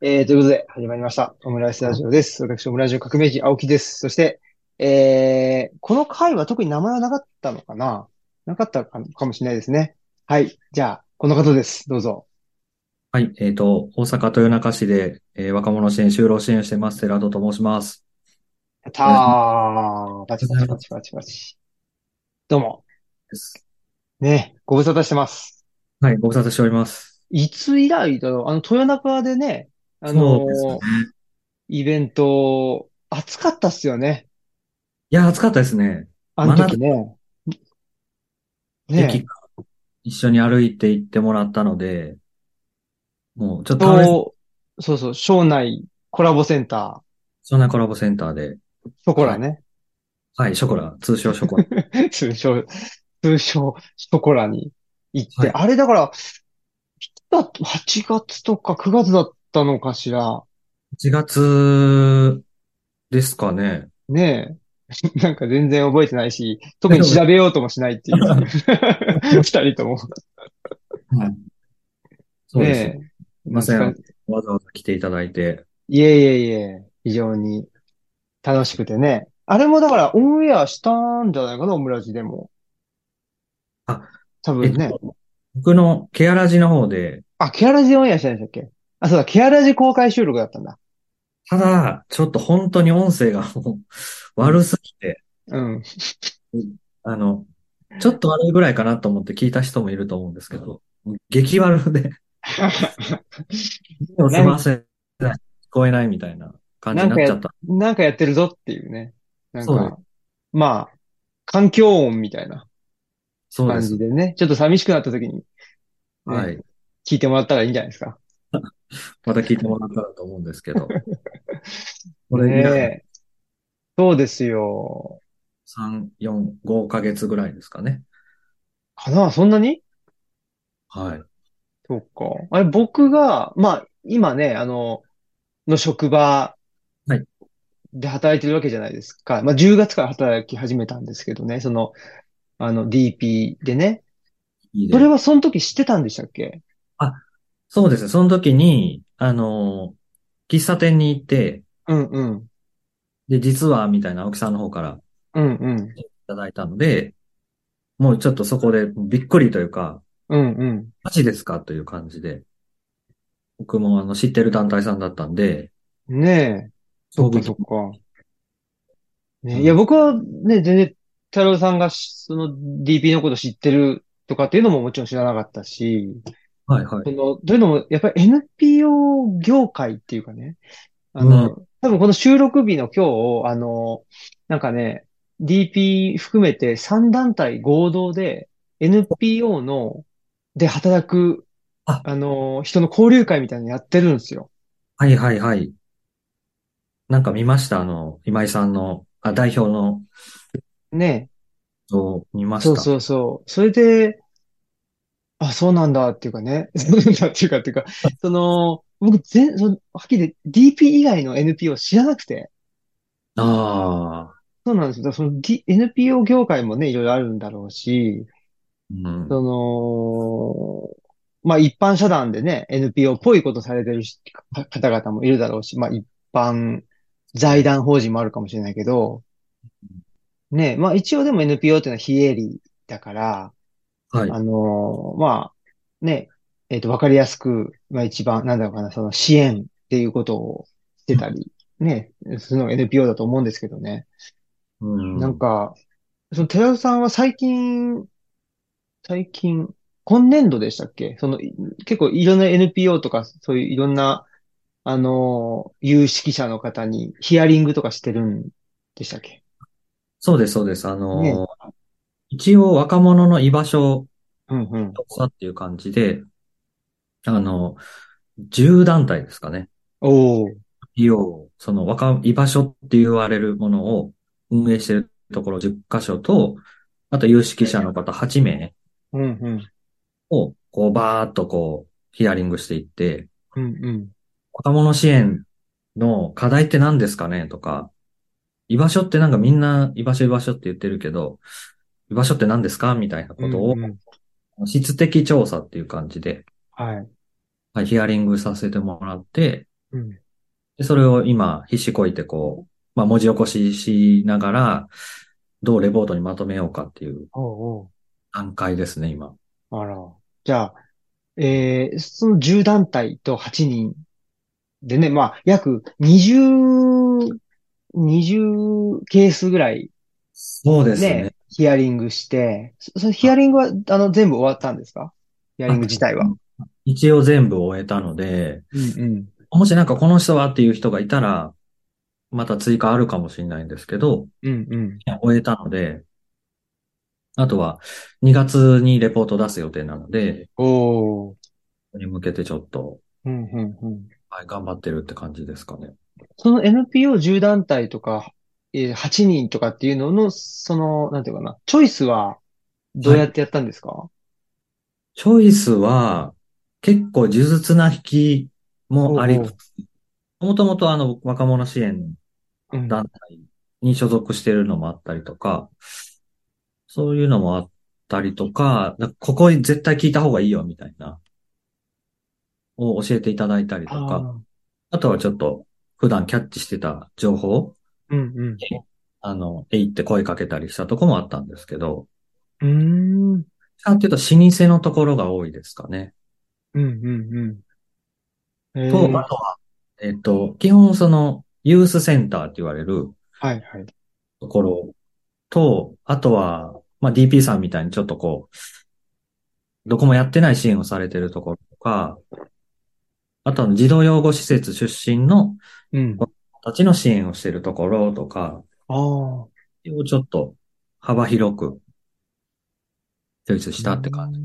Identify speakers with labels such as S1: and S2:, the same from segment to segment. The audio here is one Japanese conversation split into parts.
S1: えー、ということで、始まりました。オムライスラジオです。私、オムライス革命児、青木です。そして、えー、この回は特に名前はなかったのかななかったかかもしれないですね。はい。じゃあ、この方です。どうぞ。
S2: はい。えっ、と、大阪豊中市で、えー、若者支援、就労支援してます、寺戸と申します。
S1: やったー。パチパチパチパチパチ。どうも。
S2: です。
S1: ね、ご無沙汰してます。
S2: はい、ご無沙汰しております。
S1: いつ以来だろうあの、豊中でね、あの
S2: そうですね。
S1: イベント、暑かったっすよね。
S2: いや、暑かったですね。
S1: あの時ね。
S2: 真夏
S1: ね
S2: 駅から一緒に歩いて行ってもらったので、もうちょっとあれ、
S1: と、そうそう、省内コラボセンタ
S2: そんなコラボセンターで、
S1: ー、そこらね。
S2: はい、ショコラ、通称ショコ ラ。
S1: 通称、通称、そこらに行っ
S2: は
S1: て、
S2: い。
S1: あれだから、8月とか9月だったのかしら。
S2: 1月ですかね。
S1: ねえ。 なんか全然覚えてないし、特に調べようともしないっていう。 二人とも。
S2: はい。そうですね。
S1: ね
S2: すい
S1: え。
S2: ません。
S1: 懐
S2: わ
S1: か
S2: ざわざ来ていただいて。
S1: いえいえいえ、非常に楽しくてね。あれもだからオンエアしたんじゃないかな、オムラジでも。
S2: あ、
S1: 多
S2: えっ
S1: 分ね。
S2: と、僕のケアラジの方で、
S1: あ、ケアラジオンエアしたんでしたっけあ、そうだ、ケアラジ公開収録だったんだ。
S2: ただ、ちょっと本当に音声がもう
S1: うん。
S2: 悪すぎて、
S1: うん。
S2: あの、ちょっと悪いぐらいかなと思って聞いた人もいると思うんですけど、激 悪で、耳を
S1: な
S2: 澄ま
S1: ん、
S2: せない、聞こえないみたいな感じ
S1: な
S2: に
S1: ん
S2: な
S1: か
S2: っちゃ
S1: や、
S2: った。
S1: なんかやってるぞっていうね。なん
S2: そうです。
S1: か、まあ、環境音みたいな
S2: そうで
S1: 感
S2: す。
S1: じでね。ちょっと寂しくなった時に
S2: は
S1: ね、
S2: い。
S1: 聞いてもらったらいいんじゃないですか。
S2: また聞いてもらったらと思うんです けど、これ以来
S1: ねえ。そうですよ。
S2: 3、4、5ヶ月ぐらいですかね。
S1: かなそんなに
S2: はい。
S1: そうか。あれ、僕が、まあ、今ね、あの、の職場
S2: はい。
S1: で働いてるわけじゃないですか。まあ、10月から働き始めたんですけどね、その、あの、DP でね。
S2: いい
S1: それ
S2: で。
S1: はその時知ってたんでしたっけ
S2: あ、そうですね。その時に、あの、喫茶店に行って、
S1: うんうん。
S2: で、実は、みたいな青木さんの方から
S1: うんうん。
S2: いただいたので、もうちょっとそこでびっくりというか、
S1: うんうん。
S2: マジですかという感じで、僕もあの、知ってる団体さんだったんで、
S1: ねえ。そっ
S2: 衝
S1: かそ
S2: 撃。
S1: っか。
S2: う
S1: ね、いや、
S2: ん。
S1: 僕はね、全然、太郎さんがしその DP のこと知ってるとかっていうのももちろん知らなかったし、
S2: はいはい。
S1: その、というのも、やっぱり NPO 業界っていうかね、あ
S2: うん。
S1: の、多分この収録日の今日、あの、なんかね、DP 含めて3団体合同で NPO の、で働く、
S2: あ、
S1: あの、人の交流会みたいなのやってるんですよ。
S2: はいはいはい。なんか見ました。あの、今井さんの、あ、代表の、
S1: ね。
S2: を見まし
S1: そう
S2: た。
S1: そうそう。それで、あ、そうなんだっていうかね。 そうなんだっていうかっていうか、その、僕全、その、はっきり言って DP 以外の NPO 知らなくて。
S2: ああ、
S1: そうなんですよ。だからその、D、NPO 業界もね、いろいろあるんだろうし、
S2: うん。
S1: その、まあ一般社団でね、NPO っぽいことされてるしか方々もいるだろうし、まあ一般財団法人もあるかもしれないけど、ね、まあ一応でも NPO っていうのは非営利だから、
S2: はい。
S1: あのーまあ、ね、えっと、わかりやすく、まあ一番、なんだろうかな、その支援っていうことをしてたり、ね、その NPO だと思うんですけどね。
S2: う
S1: なん
S2: ん。
S1: か、その寺田さんは最近、最近、今年度でしたっけその、い結構いろんな NPO とか、そういういろんな、あのー、有識者の方にヒアリングとかしてるんでしたっけ
S2: そうです、そうです。あ
S1: ね。
S2: のー、一応若者の居場所
S1: うんうん。
S2: 調査っていう感じで、あの、10団体ですかね。
S1: おー。
S2: 要、その若、居場所って言われるものを運営してるところ10箇所と、あと有識者の方8名
S1: うんうん。
S2: を、こう、バーっとこう、ヒアリングしていって、
S1: うんうん。
S2: 若者支援の課題って何ですかねとか、居場所ってなんかみんな居場所居場所って言ってるけど、居場所って何ですかみたいな
S1: う
S2: こと
S1: んう
S2: を
S1: ん。
S2: 質的調査っていう感じで、
S1: はい。
S2: はい、ヒアリングさせてもらって、
S1: うん。
S2: で、それを今、必死こいてこう、まあ、文字起こししながら、どうレポートにまとめようかっていう
S1: おう
S2: 段階ですね、今。
S1: おう。あら。じゃあ、えー、その10団体と8人でね、まあ、約20、20ケースぐらい
S2: そうですね。
S1: ね、ヒアリングして、そそのヒアリングは、あの、全部終わったんですかヒアリング自体は。
S2: あ一応全部終えたので、
S1: うんうん。
S2: もしなんかこの人はっていう人がいたら、また追加あるかもしれないんですけど、
S1: うんうん。
S2: 終えたので、あとは2月にレポート出す予定なので、
S1: おー。
S2: それに向けてちょっと、
S1: うんうんうん。
S2: はい、頑張ってるって感じですかね。
S1: その NPO10 団体とか、えー8人とかっていうのの、その、なんていうかな、チョイスはどうやってやったんですか
S2: チョイスは結構呪術な引きもありつつ、もともとあの若者支援
S1: うん
S2: 団体に所属してるのもあったりとか、そういうのもあったりとか、なんかここ絶対聞いた方がいいよみたいな、を教えていただいたりと
S1: あ
S2: か、
S1: ー
S2: あとはちょっと普段キャッチしてた情報、
S1: うん
S2: あの、えいって声かけたりしたとこもあったんですけど、
S1: うん。うーん。
S2: あっていうと老舗のところが多いですかね。
S1: うんうんうん。え
S2: と、
S1: ー
S2: あとは、えっと、基本その、ユースセンターって言われる
S1: はいはい。
S2: ところと、あとは、まあ、DP さんみたいにちょっとこう、どこもやってない支援をされてるところとか、あとは児童養護施設出身の
S1: うん。
S2: 子たちの支援をしてるところとか、
S1: ああ。
S2: をちょっと幅広く、チョイスしたって感じ。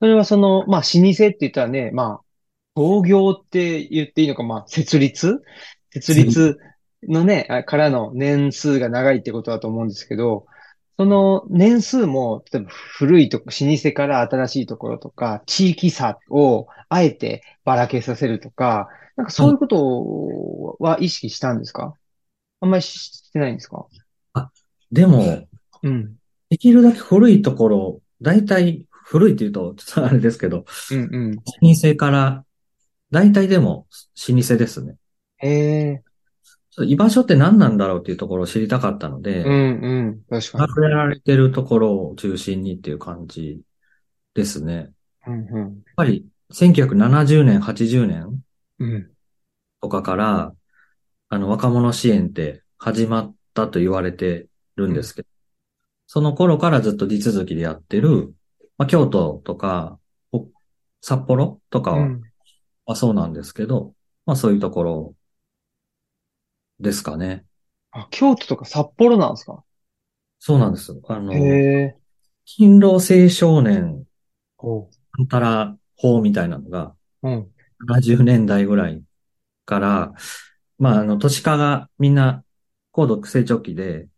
S1: それはその、まあ、老舗って言ったらね、まあ、創業って言っていいのか、まあ、設立設立のね、あからの年数が長いってことだと思うんですけど、その年数も、例えば古いとこ、老舗から新しいところとか、地域差をあえてばらけさせるとか、なんかそういうことは意識したんですかあんまりししてないんですか
S2: でも、
S1: うん。
S2: できるだけ古いところ、だいたい古いって言うと、ちょっとあれですけど、
S1: うんうん。
S2: 老舗から、大体でも老舗ですね。
S1: へえ。
S2: ちょっと居場所って何なんだろうっていうところを知りたかったので、
S1: うんうん。確かに。
S2: 隠れられてるところを中心にっていう感じですね。やっ
S1: うんうん。
S2: ぱり1970年、80年
S1: うん。
S2: とかから、あの若者支援って始まったと言われてるんですけど、その頃からずっと地続きでやってる、まあ、京都とか、お札幌とかは、
S1: うん
S2: まあそうなんですけど、まあそういうところですかね。
S1: あ、京都とか札幌なんですか
S2: そうなんです。あの
S1: へ、え。
S2: 勤労青少年、
S1: おう。
S2: なんたら法みたいなのが、
S1: うん。
S2: 70年代ぐらいから、まああの、都市化がみんな高度成長期で、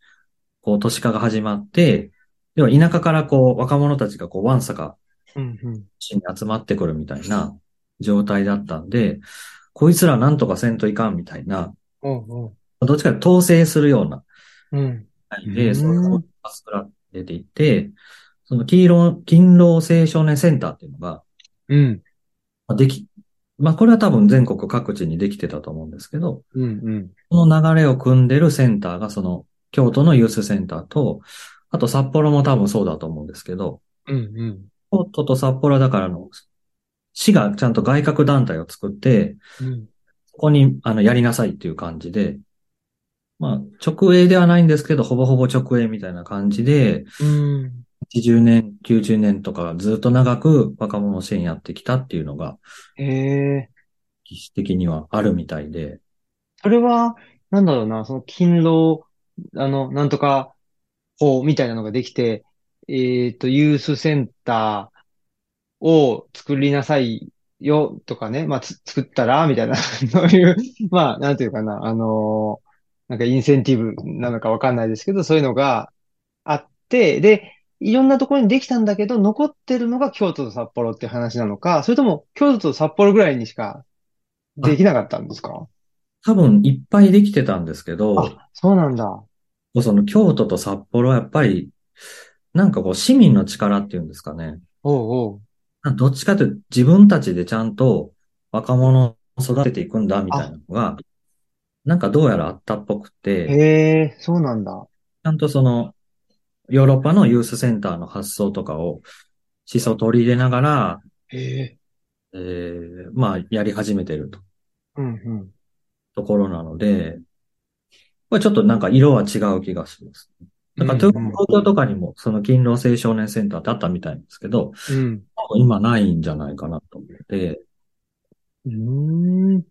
S2: こう都市化が始まって、要は田舎からこう若者たちがこうワンサか
S1: うん、うん。
S2: 市に集まってくるみたいな状態だったんで、こいつらなんとかせんといかんみたいな、
S1: おう、
S2: どっちかというと統制するような
S1: おう。うん。う
S2: で、
S1: ん
S2: そのが作られていて、その勤労、勤労青少年センターっていうのが、
S1: うん。
S2: まあでき、まあこれは多分全国各地にできてたと思うんですけど、
S1: うん、うん。
S2: この流れを組んでるセンターがその京都のユースセンターと、あと札幌も多分そうだと思うんですけど、
S1: うん、うん。
S2: 京都と札幌だからの、市がちゃんと外郭団体を作って、
S1: うん。
S2: ここにあのやりなさいっていう感じで、まあ直営ではないんですけど、ほぼほぼ直営みたいな感じで、
S1: うん。
S2: 80年、90年とかずっと長く若者支援やってきたっていうのが、
S1: へえ。
S2: 歴史的にはあるみたいで、
S1: それは、なんだろうな、その勤労、あの、なんとか、法みたいなのができて、えっと、ユースセンターを作りなさいよとかね、まあ、つ作ったら、みたいな、 そういう、まあ、なんていうかな、あのーなんかインセンティブなのかわかんないですけど、そういうのがあって、で、いろんなところにできたんだけど、残ってるのが京都と札幌っていう話なのか、それとも京都と札幌ぐらいにしかできなかったんですか
S2: 多分いっぱいできてたんですけど、も
S1: あ、そうなんだ。
S2: うその京都と札幌はやっぱり、なんかこう市民の力っていうんですかね。
S1: おうおう。
S2: どっちかというと自分たちでちゃんと若者育てていくんだ、みたいなのが、なんかどうやらあったっぽくて、
S1: へえ、そうなんだ。
S2: ちゃんとその、ヨーロッパのユースセンターの発想とかを、思想を取り入れながら、
S1: へえ。
S2: えーまあ、やり始めてると
S1: うんうん。
S2: ところなので、これちょっとなんか色は違う気がします。なんか、
S1: うん
S2: 東京とかにも、その勤労青少年センターってあったみたいなんですけど、
S1: うん。
S2: 今ないんじゃないかなと思って、なん
S1: うん。う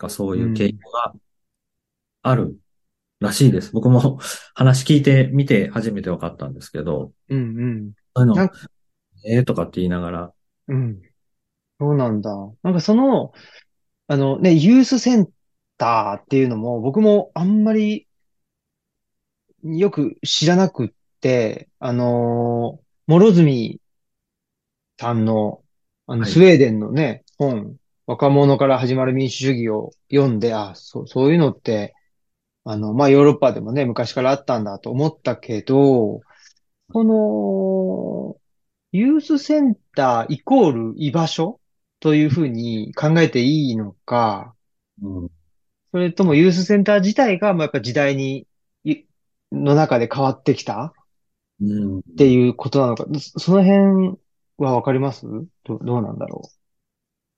S2: かそういう経験があるらしいです。僕も 話聞いてみて初めて分かったんですけど、
S1: ーん。うん
S2: そうい
S1: な
S2: うの
S1: ん、
S2: えーとかって言いながら、
S1: うん。うん。そうなんだ。なんかその、あのね、ユースセンターっていうのも、僕もあんまりよく知らなくって、あのー諸角さんの、あの、
S2: はい
S1: スウェーデンのね、本、若者から始まる民主主義を読んで、あ、そう、そういうのって、あの、まあ、ヨーロッパでもね、昔からあったんだと思ったけど、この、ユースセンターイコール居場所というふうに考えていいのか、
S2: うん
S1: それともユースセンター自体が、まあ、やっぱ時代に、いの中で変わってきた
S2: うん
S1: っていうことなのか、そその辺はわかりますど、どうなんだろ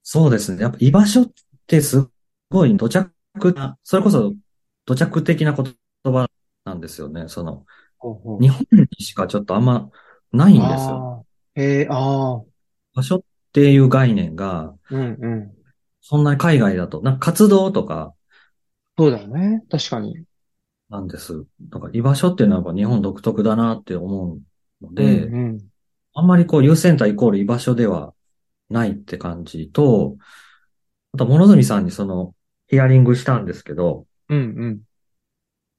S2: そうですね。やっぱ居場所ってすごい土着な、それこそ土着的な言葉なんですよね。その、
S1: う。ほうほう
S2: 日本にしかちょっとあんまないんですよ。
S1: あーへえ、ああ、
S2: 場所っていう概念が、
S1: うんうん。
S2: そんなに海外だと、なんか活動とか
S1: そうだよね。確かに。
S2: なんです。なんか居場所っていうのはやっぱ日本独特だなって思うので、
S1: うんうん。
S2: あんまりこう、優先隊イコール居場所ではないって感じと、あと、諸角さんにその、ヒアリングしたんですけど、
S1: うんうん。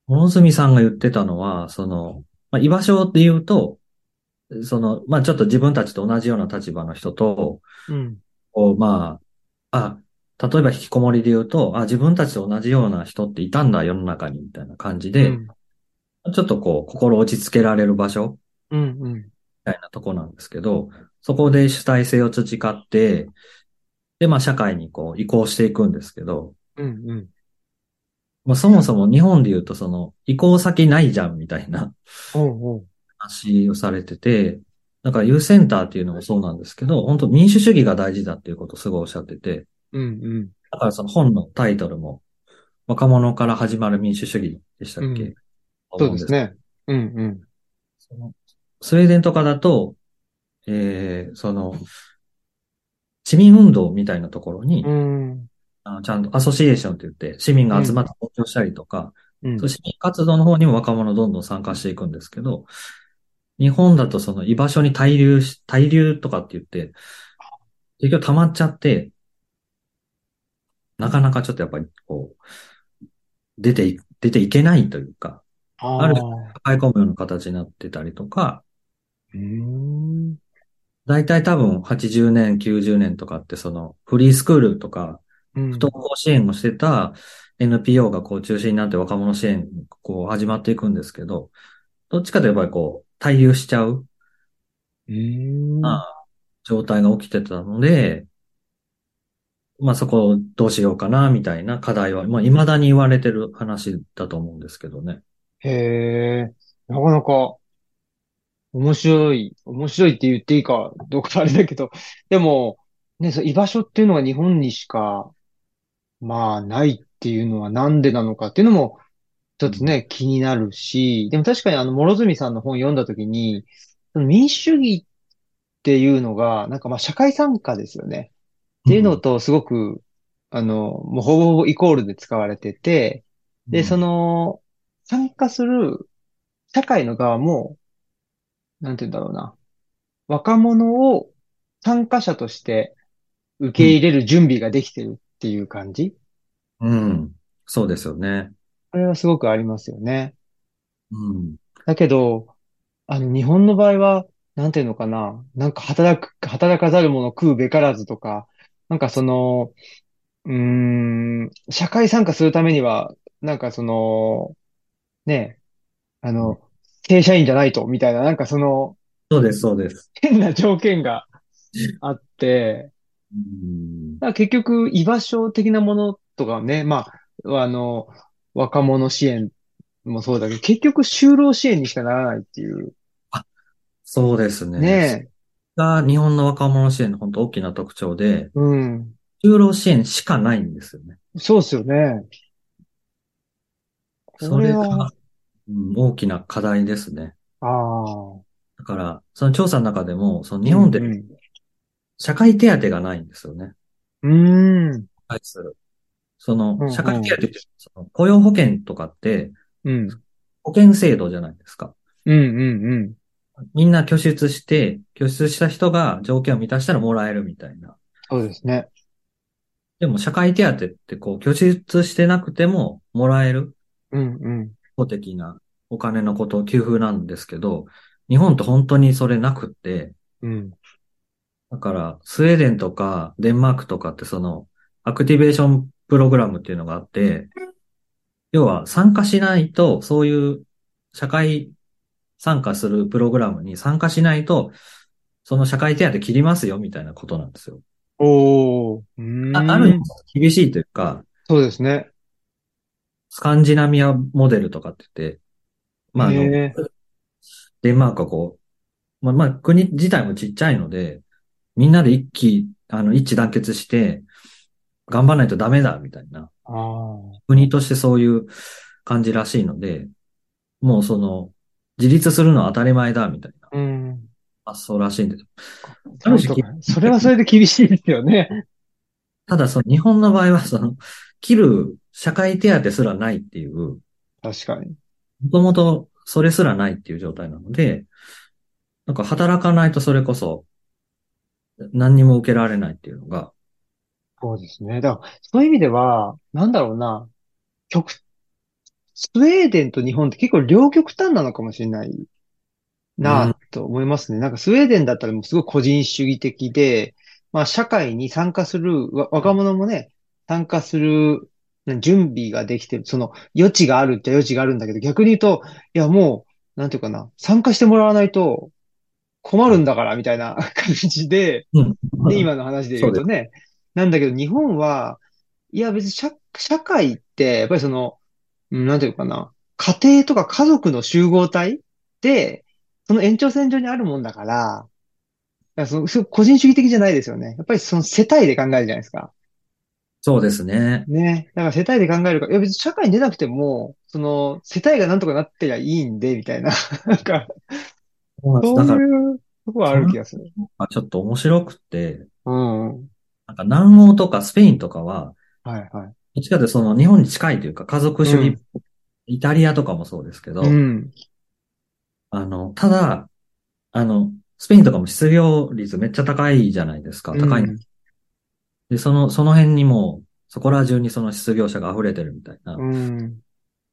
S2: 諸角さんが言ってたのは、その、まあ、居場所って言うと、その、まあ、ちょっと自分たちと同じような立場の人と、
S1: うん。
S2: こう、まあ、あ、例えば引きこもりで言うと、あ、自分たちと同じような人っていたんだ、世の中に、みたいな感じで、
S1: うん
S2: ちょっとこう、心落ち着けられる場所
S1: うんうん。
S2: みたいなとこなんですけど、そこで主体性を培って、で、まあ社会にこう移行していくんですけど、
S1: うんうん。
S2: まあそもそも日本で言うとその移行先ないじゃんみたいな
S1: おうおう。
S2: 話をされてて、だからユーセンターっていうのもそうなんですけど、本当民主主義が大事だっていうことをすごいおっしゃってて、
S1: うんうん。
S2: だからその本のタイトルも若者から始まる民主主義でしたっけ、
S1: うんそうですね。うんうん。
S2: そのスウェーデンとかだと、えー、その、市民運動みたいなところに、
S1: うん。
S2: あのちゃんとアソシエーションって言って、市民が集まって投票したりとか、
S1: うん
S2: そう市民活動の方にも若者どんどん参加していくんですけど、日本だとその居場所に滞留し、滞留とかって言って、結局溜まっちゃって、なかなかちょっとやっぱりこう、出てい、出ていけないというか、
S1: あ
S2: ある
S1: あ。
S2: 抱え込むような形になってたりとか、
S1: うん。
S2: 大体多分80年、90年とかってそのフリースクールとか
S1: うん。
S2: 不登校支援をしてた NPO がこう中心になって若者支援がこう始まっていくんですけど、どっちかといえばこう滞留しちゃう
S1: うん。
S2: あ状態が起きてたので、まあそこをどうしようかなみたいな課題は、まあ未だに言われてる話だと思うんですけどね。
S1: へえ、なかなか面白い、面白いって言っていいかどうかあれだけど、でも、ね、そう居場所っていうのが日本にしか、まあ、ないっていうのはなんでなのかっていうのも、ちょっとね、気になるし、でも確かにあの、諸角さんの本読んだときに、その民主主義っていうのが、なんかまあ、社会参加ですよね。っていうのと、すごく、あの、もうほぼほぼイコールで使われてて、
S2: う
S1: で、
S2: ん
S1: そ、の、参加する社会の側も、なんて言うんだろうな。若者を参加者として受け入れる準備ができてるっていう感じ
S2: うん。そうですよね。
S1: これはすごくありますよね。
S2: うん。
S1: だけど、あの、日本の場合は、なんていうのかな。なんか働く、働かざる者食うべからずとか、なんかその、うーん、社会参加するためには、なんかその、ね、あ
S2: うん
S1: の、正社員じゃないと、みたいな、なんかその、
S2: そうです、そうです。
S1: 変な条件があって、
S2: うん
S1: だから結局、居場所的なものとかね、まあ、あの、若者支援もそうだけど、結局就労支援にしかならないっていう。
S2: そうですね。
S1: ねえ。
S2: が日本の若者支援の本当大きな特徴で、
S1: うん。
S2: 就労支援しかないんですよね。
S1: そうですよね。
S2: そ
S1: こ
S2: れ
S1: れ
S2: が
S1: は、
S2: うん大きな課題ですね。
S1: ああ。
S2: だから、その調査の中でも、その日本で
S1: うん
S2: 社会手当がないんですよね。
S1: うん。う
S2: 対する。そ
S1: うんう
S2: の、
S1: ん
S2: 社会手当って、その雇用保険とかって、
S1: ーん。うん。
S2: 保険制度じゃないですか。
S1: うん。うん。うん。
S2: みんな拠出して、拠出した人が条件を満たしたらもらえるみたいな。
S1: そうですね。
S2: でも社会手当ってこう、拠出してなくてももらえる
S1: うん。うん。
S2: 公的なお金のことを給付なんですけど、日本って本当にそれなくって、
S1: うん。
S2: だから、スウェーデンとかデンマークとかってその、アクティベーションプログラムっていうのがあって、要は参加しないと、そういう社会参加するプログラムに参加しないと、その社会手当切りますよみたいなことなんですよ。
S1: おー。うーん。
S2: あある意味厳しいというか、
S1: そうですね。
S2: スカンジナミアモデルとかって言って、まあ、あの、
S1: へ
S2: デンマークはこう、まあ、まあ、国自体もちっちゃいので、みんなで一気、あの、一致団結して、頑張らないとダメだ、みたいな。
S1: ああ。
S2: 国としてそういう感じらしいので、もうその、自立するのは当たり前だ、みたいな
S1: うん。
S2: 発想らしいんです。あ
S1: そ
S2: る
S1: うと
S2: 時
S1: かそれはそれで厳しいですよね。
S2: ただ、その、日本の場合は、その、切る社会手当すらないっていう、
S1: 確かに。
S2: もともとそれすらないっていう状態なので、なんか働かないとそれこそ、何にも受けられないっていうのが、
S1: そうですね。だから、そういう意味では、なんだろうな、極、スウェーデンと日本って結構両極端なのかもしれないなあと思いますね。なんかスウェーデンだったらもうすごい個人主義的で、まあ社会に参加する、わ若者もね、参加するね準備ができてる。その余地があるっちゃ余地があるんだけど、逆に言うと、いやもう、なんていうかな、参加してもらわないと困るんだからみたいな感じで、で、今の話で言うとね。なんだけど、日本は、いや別に社、社会って、やっぱりその、うんなんていうのかな、家庭とか家族の集合体で、その延長線上にあるもんだから、いやその、すごく個人主義的じゃないですよね。やっぱりその世帯で考えるじゃないですか。
S2: そうですね。
S1: ね。だから世帯で考えるから、いや別に社会に出なくても、その、世帯がなんとかなってりゃいいんで、みたいな。なんか、そ
S2: だか
S1: う
S2: ら
S1: いうとこはある気がする。、
S2: ちょっと面白くて、
S1: うん。はい
S2: なんか南欧とかスペインとかは、
S1: はい。
S2: どっちかというとその日本に近いというか家族主義、
S1: うん
S2: イタリアとかもそうですけど、
S1: うん。
S2: あの、ただ、あの、スペインとかも失業率めっちゃ高いじゃないですか。高い、
S1: うん
S2: で、その、その辺にも、そこら中にその失業者が溢れてるみたいな。
S1: うん。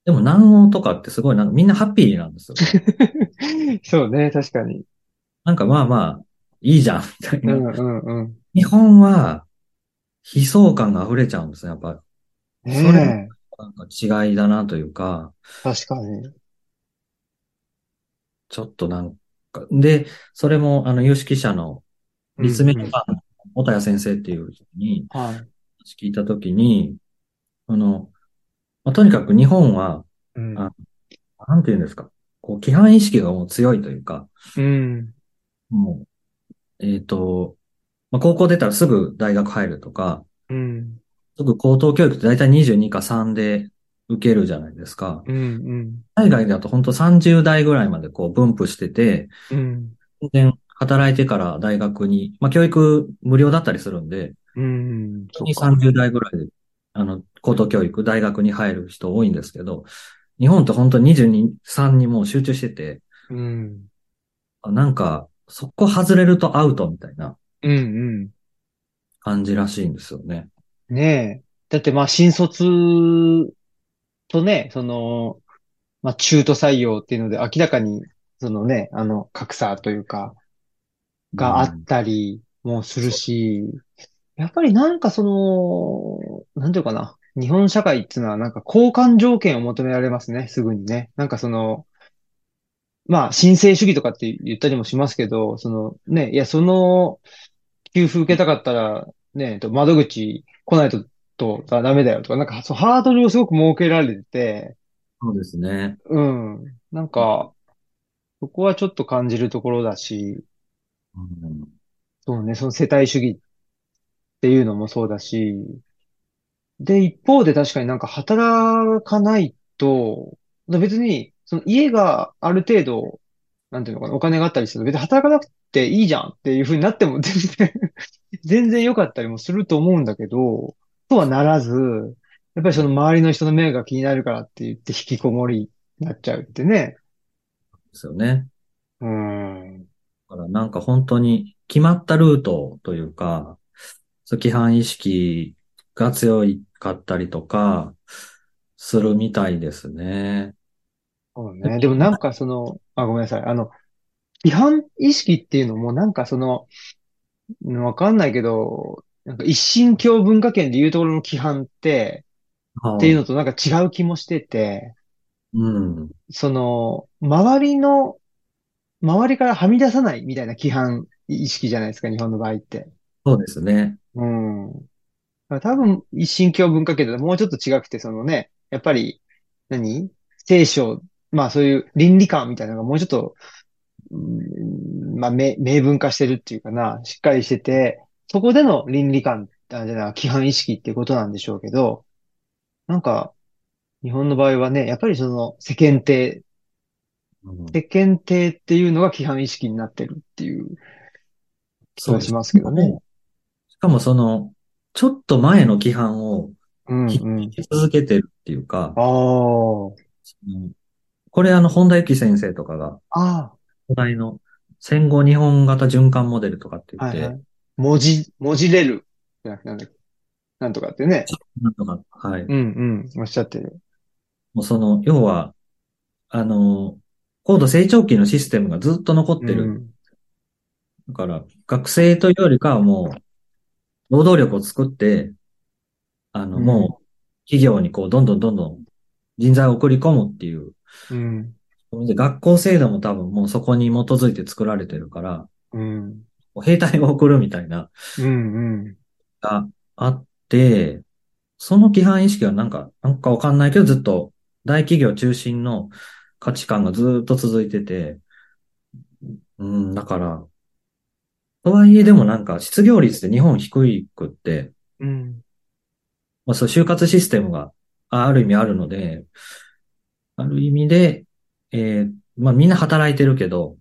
S2: でも南欧とかってすごいなんかみんなハッピーなんですよ。
S1: そうね、確かに。
S2: なんかまあまあ、いいじゃん、みたいうな。
S1: んうんうん。
S2: 日本は、悲壮感が溢れちゃうんですね、やっぱり。それ
S1: ねえ、
S2: なんか違いだなというか、
S1: 確かに。
S2: ちょっとなんか、で、それもあの有識者の立命館、の小田谷先生っていう人に
S1: うんはい。
S2: 話聞いたときに、あの、まあ、とにかく日本は、
S1: うん
S2: あなんていうんですか、こう、規範意識がもう強いというか、
S1: うん。
S2: もう、えっ、と、まあ、高校出たらすぐ大学入るとか、
S1: うん。
S2: すぐ高等教育って大体22か3で受けるじゃないですか。
S1: うん。うん。
S2: 海外だと本当30代ぐらいまでこう分布してて、
S1: うん。
S2: 全然働いてから大学に、まあ教育無料だったりするんで、
S1: うん。そ
S2: 本
S1: う
S2: 当
S1: か
S2: に30代ぐらいで、あの、高等教育、大学に入る人多いんですけど、日本って本当に22、3にもう集中してて、
S1: うん。
S2: あなんか、そこ外れるとアウトみたいな
S1: うん。うん。
S2: 感じらしいんですよね。
S1: ねえ。だってまあ、新卒とね、その、まあ、中途採用っていうので、明らかに、そのね、あの、格差というか、があったりもするし、やっぱりなんかその、なんていうかな、日本社会っていうのはなんか交換条件を求められますね、すぐにね。なんかその、まあ、申請主義とかって言ったりもしますけど、そのね、いや、その、給付受けたかったら、ね、えっと窓口来ないと、とダメだよとか、なんか、そう、ハードルをすごく設けられてて、
S2: そうですね。
S1: うん。なんか、そこはちょっと感じるところだし、
S2: うん
S1: そうね、その世帯主義っていうのもそうだし、で、一方で確かになんか働かないと、別に、その家がある程度、なんていうのかな、お金があったりすると、別に働かなくていいじゃんっていう風になっても全然、 全然良かったりもすると思うんだけど、とはならず、やっぱりその周りの人の目が気になるからって言って引きこもりになっちゃうってね。
S2: ですよね。
S1: うん。
S2: だからなんか本当に決まったルートというか、そう規範意識が強いかったりとか、するみたいですね。
S1: そうね。でもなんかその、あ、ごめんなさい。あの、違反意識っていうのもなんかその、うんわかんないけど、なんか一神教文化圏でいうところの規範って、っていうのとなんか違う気もしてて、
S2: うん。
S1: その、周りの、周りからはみ出さないみたいな規範意識じゃないですか、日本の場合って。
S2: そうですね。
S1: うん。だから多分、一神教文化圏とはもうちょっと違くて、そのね、やっぱり、何聖書、まあそういう倫理観みたいなのがもうちょっと、うんまあ明、明文化してるっていうかな、しっかりしてて、そこでの倫理観、あじゃない、規範意識っていうことなんでしょうけど、なんか、日本の場合はね、やっぱりその世間体、
S2: うん
S1: 世間体っていうのが規範意識になってるっていう気
S2: そう
S1: が
S2: です
S1: しますけどね。。
S2: しかもその、ちょっと前の規範を
S1: うん
S2: 引
S1: うん。
S2: き続けてるっていうか、
S1: ああ、
S2: うんこれあの、本田幸先生とかが、
S1: ああ。
S2: 本題の戦後日本型循環モデルとかって言っ
S1: は
S2: て、
S1: いはい。文字、文字れる。じゃなくてなんだっけ。なんとかってね。
S2: なんとか、はい。
S1: うんうん。おっしゃってる。
S2: もうその、要は、あの、高度成長期のシステムがずっと残ってる。だから、学生というよりかはもう、労働力を作って、あの、
S1: うん
S2: もう、企業にこう、どんどんどんどん人材を送り込むっていう。
S1: うん。
S2: で学校制度も多分もうそこに基づいて作られてるから、
S1: うん。
S2: もう兵隊を送るみたいな、
S1: うん。うん。
S2: があって、その規範意識はなんか、なんかわかんないけど、ずっと大企業中心の価値観がずっと続いてて、うん、だから、とはいえでもなんか失業率って日本低いくって、
S1: うん。
S2: まあそう就活システムがあある意味あるので、ある意味で、えーまあみんな働いてるけど、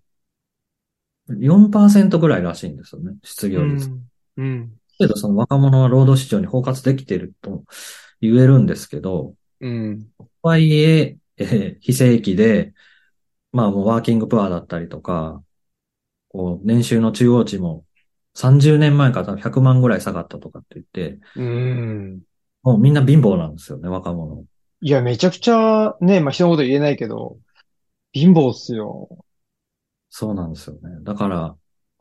S2: 4%ぐらいらしいんですよね、失
S1: う
S2: 業率。
S1: ん。うん。
S2: けどその若者は労働市場に包括できていると言えるんですけど、
S1: うん。
S2: とはいえ、えー非正規で、まあもうワーキングプアだったりとか、こう、年収の中央値も30年前から多分100万ぐらい下がったとかって言って、
S1: うん。
S2: もうみんな貧乏なんですよね、若者。
S1: いや、めちゃくちゃ、ね、まあ、人のこと言えないけど、貧乏っすよ。
S2: そうなんですよね。だから、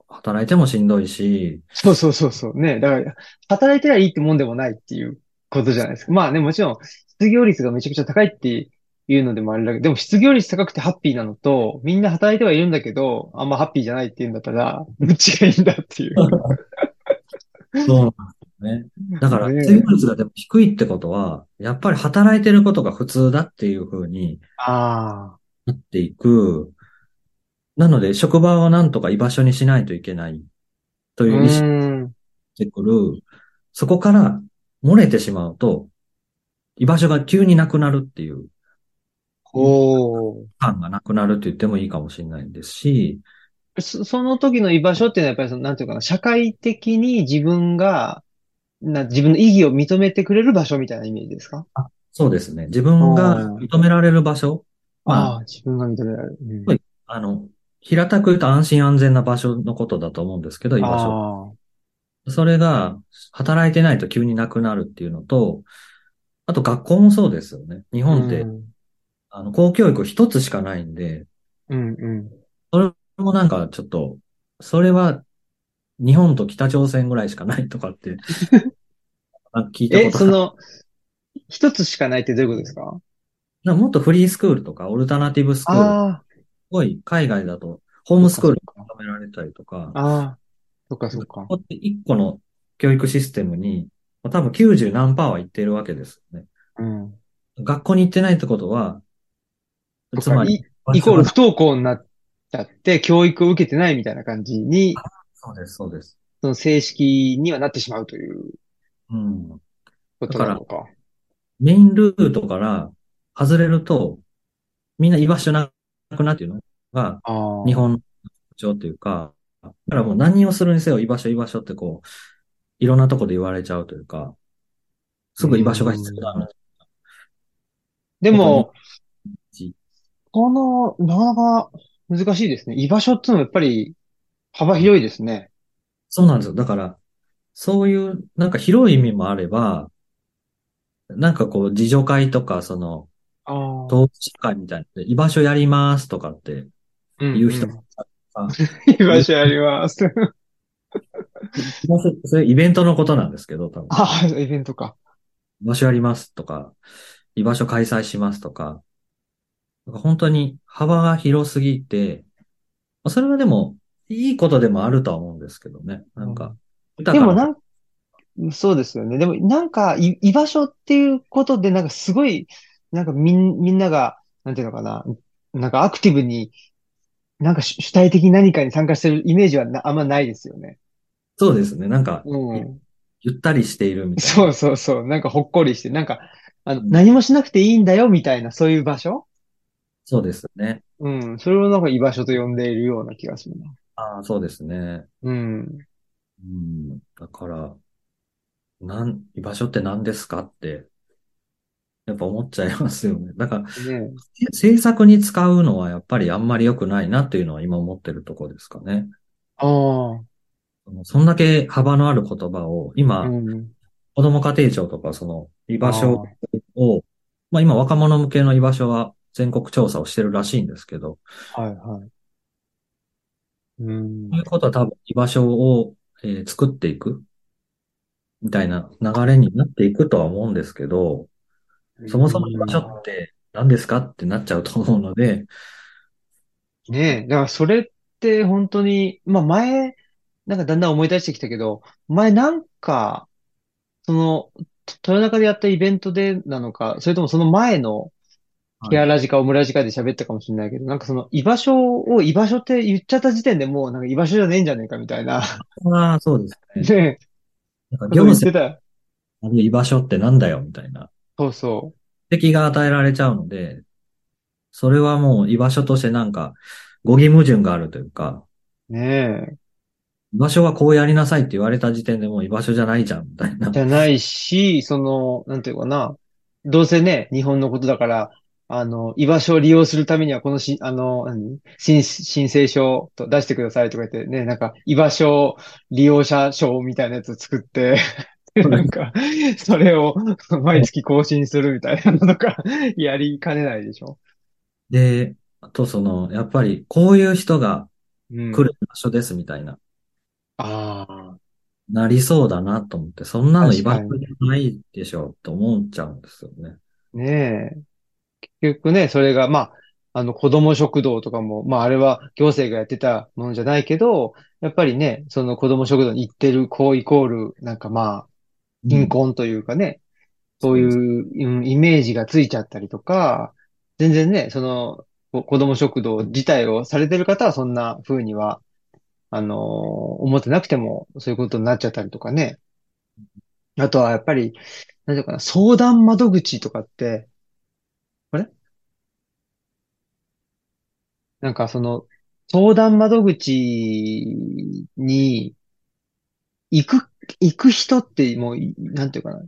S2: 働いてもしんどいし、
S1: そうそうそうそう。ね、だから、働いてりゃいいってもんでもないっていうことじゃないですか。まあね、もちろん、失業率がめちゃくちゃ高いっていうのでもあれだけど、でも失業率高くてハッピーなのと、みんな働いてはいるんだけど、あんまハッピーじゃないっていうんだったら、どっちがいいんだって いう。
S2: そうなんですよね。だから、
S1: ねえ
S2: 失業率がでも低いってことは、やっぱり働いてることが普通だっていうふうに、
S1: ああ、
S2: なっていく。なので、職場をなんとか居場所にしないといけないと
S1: う
S2: いう意識
S1: ーん。
S2: でくる。そこから漏れてしまうと、居場所が急になくなるっていう
S1: ほ
S2: 感がなくなると言ってもいいかもしれないですし、
S1: う。そ、その時の居場所っていうのはやっぱりその、なんていうかな、社会的に自分が、な、自分の意義を認めてくれる場所みたいなイメージですか
S2: そうですね。自分が認められる場所、
S1: あ
S2: ま
S1: あ、自分が認められる。うん
S2: はいあ、あの、平たく言うと安心安全な場所のことだと思うんですけど、居場所。
S1: ああ、
S2: それが、働いてないと急になくなるっていうのと、あと学校もそうですよね。日本って
S1: う、ん
S2: あの、公教育一つしかないんで、
S1: うんうん。
S2: それもなんかちょっと、それは日本と北朝鮮ぐらいしかないとか って、あ聞いた
S1: え、
S2: こと
S1: そ
S2: が
S1: の、一つしかないってどういうことですか
S2: なんかもっとフリースクールとか、オルタナティブスクール、す
S1: ああ、
S2: ごい海外だと、ホームスクール
S1: そっか
S2: が認められたりとか、
S1: ああ、そっかそっか。
S2: ここって一個の教育システムに、まあ多分90何パーは行っているわけですよね。
S1: うん。
S2: 学校に行ってないってことは、つまり、
S1: イコール不登校になっちゃって、教育を受けてないみたいな感じに、
S2: そうです、そうです。
S1: その正式にはなってしまうという
S2: うん。
S1: ことなのか。
S2: メインルートから外れると、みんな居場所なくなっていうのが、
S1: ああ。
S2: 日本の特徴というか、だからもう何をするにせよ居場所居場所ってこう、いろんなとこで言われちゃうというか、すぐ居場所が必要だな。
S1: でも
S2: じ、
S1: この、なかなか難しいですね。居場所っていうのはやっぱり幅広いですね。
S2: そうなんですよ。だから、そういう、なんか広い意味もあれば、なんかこう、自助会とか、その、
S1: ああ。
S2: 統治社会みたいな、居場所やりますとかって
S1: うん
S2: 言う人
S1: ん
S2: もあ
S1: 居場所あります。
S2: 居場所それイベントのことなんですけど、多分。
S1: ああ、イベントか。
S2: 居場所やりますとか、居場所開催しますとか、なんか本当に幅が広すぎて、まあそれはでも、いいことでもあるとは思うんですけどね。なんか、豊
S1: で
S2: か
S1: もなんそうですよね。でもなんか、い居場所っていうことで、なんかすごい、なんかみん、みんなが、なんていうのかな、なんかアクティブに、なんか主主体的に何かに参加してるイメージはなあんまないですよね。
S2: そうですね。なんか、
S1: うん。
S2: ゆったりしているみたいな。
S1: そうそうそう。なんかほっこりして、なんか、あの、何もしなくていいんだよ、みたいな、そういう場所
S2: そうですね。
S1: うん。それをなんか居場所と呼んでいるような気がするな。
S2: ああ、そうですね。
S1: うん。
S2: うん。だから、なん、居場所って何ですかって、やっぱ思っちゃいますよね。だ から、
S1: ね
S2: 制作に使うのはやっぱりあんまり良くないなっていうのは今思ってるところですかね。
S1: ああ。
S2: そんだけ幅のある言葉を、今、
S1: うん。
S2: 子供家庭庁とか、その、居場所を、まあ今若者向けの居場所は全国調査をしてるらしいんですけど、
S1: ああ。はいはい。うん
S2: とい。うことは多分居場所を、えー作っていく、みたいな流れになっていくとは思うんですけど、そもそも居場所って何ですかってなっちゃうと思うので、
S1: ねえ、だからそれって本当に、まあ前、なんかだんだん思い出してきたけど、前なんか、その、と豊中でやったイベントでなのか、それともその前の
S2: はい
S1: ケアラジかオムラジかで喋ったかもしれないけど、なんかその居場所を居場所って言っちゃった時点でもうなんか居場所じゃねえんじゃねえかみたいな、
S2: ああ、そうですね。
S1: ねえ、
S2: なんか
S1: こと
S2: 行
S1: 言って
S2: 政
S1: た。
S2: の居場所ってなんだよ、みたいな。
S1: そうそ
S2: 敵が与えられちゃうので、それはもう居場所としてなんか、語義矛盾があるというか、
S1: う。ねえ。
S2: 居場所はこうやりなさいって言われた時点でもう居場所じゃないじゃん、みたいな。
S1: じゃないし、その、なんていうかな、どうせね、日本のことだから、あの、居場所を利用するためには、このし、あの、何申、申請書と出してくださいとか言ってね、なんか、居場所利用者証みたいなやつ作って、で なんか、それを毎月更新するみたいなのとか、やりかねないでしょ。
S2: で、あとその、やっぱりこういう人が
S1: うん。
S2: 来る場所です、みたいな、
S1: ああ。
S2: なりそうだなと思って、そんなの居場所
S1: 確か
S2: じゃないでしょ、と思っちゃうんですよね。
S1: ねえ。結局ね、それが、まあ、あの、子供食堂とかも、まあ、あれは行政がやってたものじゃないけど、やっぱりね、その子供食堂に行ってる子イコール、なんかまあ、貧困というかね、そういう、うんイメージがついちゃったりとか、全然ね、その、こ子供食堂自体をされてる方はそんな風には、あのー思ってなくても、そういうことになっちゃったりとかね。あとはやっぱり、なんていうかな、相談窓口とかって、あれなんかその、相談窓口に、行く、行く人ってもうい、なんていうかな、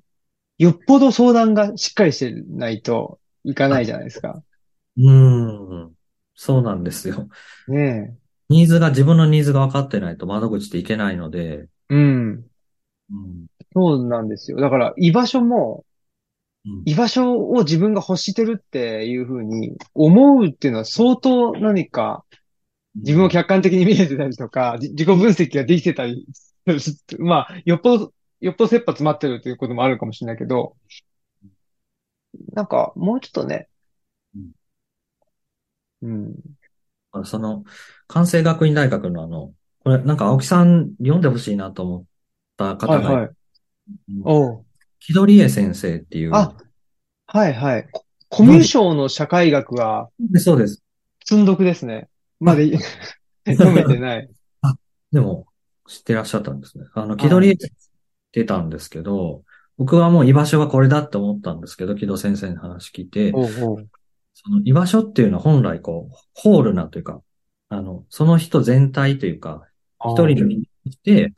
S1: よっぽど相談がしっかりしてないと行かないじゃないですか。
S2: うん。うん。そうなんですよ。
S1: ね
S2: ニーズが、自分のニーズが分かってないと窓口っていけないので、
S1: え。うん。
S2: うん。
S1: そうなんですよ。だから、居場所も、
S2: うん
S1: 居場所を自分が欲してるっていうふうに思うっていうのは相当何か自分を客観的に見れてたりとか、じ自己分析ができてたりする、まあ、よっぽど、よっぽど切羽詰まってるということもあるかもしれないけど、なんか、もうちょっとね
S2: うん、
S1: うん。
S2: あその、関西学院大学のあの、これなんか青木さん読んでほしいなと思た方
S1: はい
S2: が、
S1: はい。おう
S2: 木取江先生っていう。
S1: あ、はいはい。こコミュ障の社会学が
S2: でそうです。
S1: 積んどくですね。ま だい読めてない。
S2: でも、知ってらっしゃったんですね。あの、木取江先生出たんですけど、僕はもう居場所はこれだって思ったんですけど、木戸先生の話聞いて、
S1: おうおう
S2: その居場所っていうのは本来こう、ホールなというか、あの、その人全体というか、一人の人として、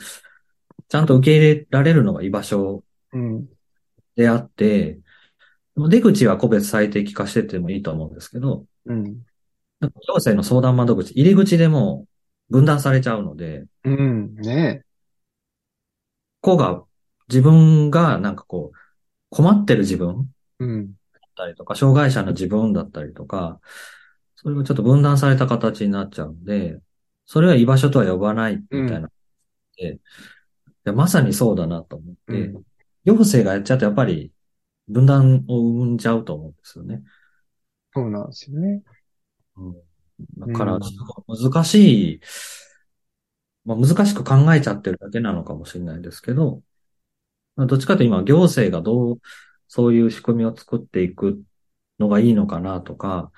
S2: ちゃんと受け入れられるのが居場所
S1: うん。
S2: であって、出口は個別最適化してってもいいと思うんですけど、
S1: うん。
S2: なんか行政の相談窓口、入り口でもう分断されちゃうので、
S1: うん。ね
S2: ここが自分がなんかこう、困ってる自分
S1: え。うん。
S2: だったりとか、障害者の自分だったりとか、それがちょっと分断された形になっちゃうんで、それは居場所とは呼ばないみたいな。でいやまさにそうだなと思って、
S1: うん。
S2: 行政がやっちゃうとやっぱり分断を生んじゃうと思うんですよね。
S1: そうなんですよね。
S2: うん、だから、
S1: うん
S2: 難しい、まあ、難しく考えちゃってるだけなのかもしれないですけど、まあ、どっちかというと今行政がどう、そういう仕組みを作っていくのがいいのかなとか、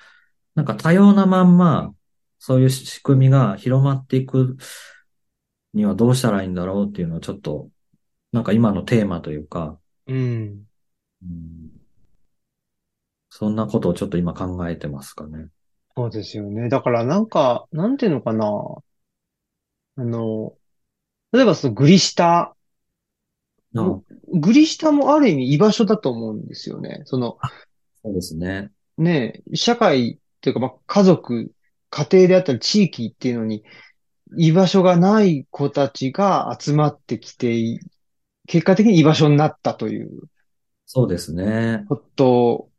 S2: なんか多様なまんま、そういう仕組みが広まっていくにはどうしたらいいんだろうっていうのをちょっと、なんか今のテーマというか、
S1: うん。
S2: うんそんなことをちょっと今考えてますかね。
S1: そうですよね。だからなんか、なんていうのかな。あの、例えばそのグリ下。
S2: うん
S1: おグリ下もある意味居場所だと思うんですよね。その、
S2: そうですね。
S1: ねえ、社会っていうか、まあ、家族、家庭であったり地域っていうのに、居場所がない子たちが集まってきてい、結果的に居場所になったという
S2: そうですね。
S1: ほっと、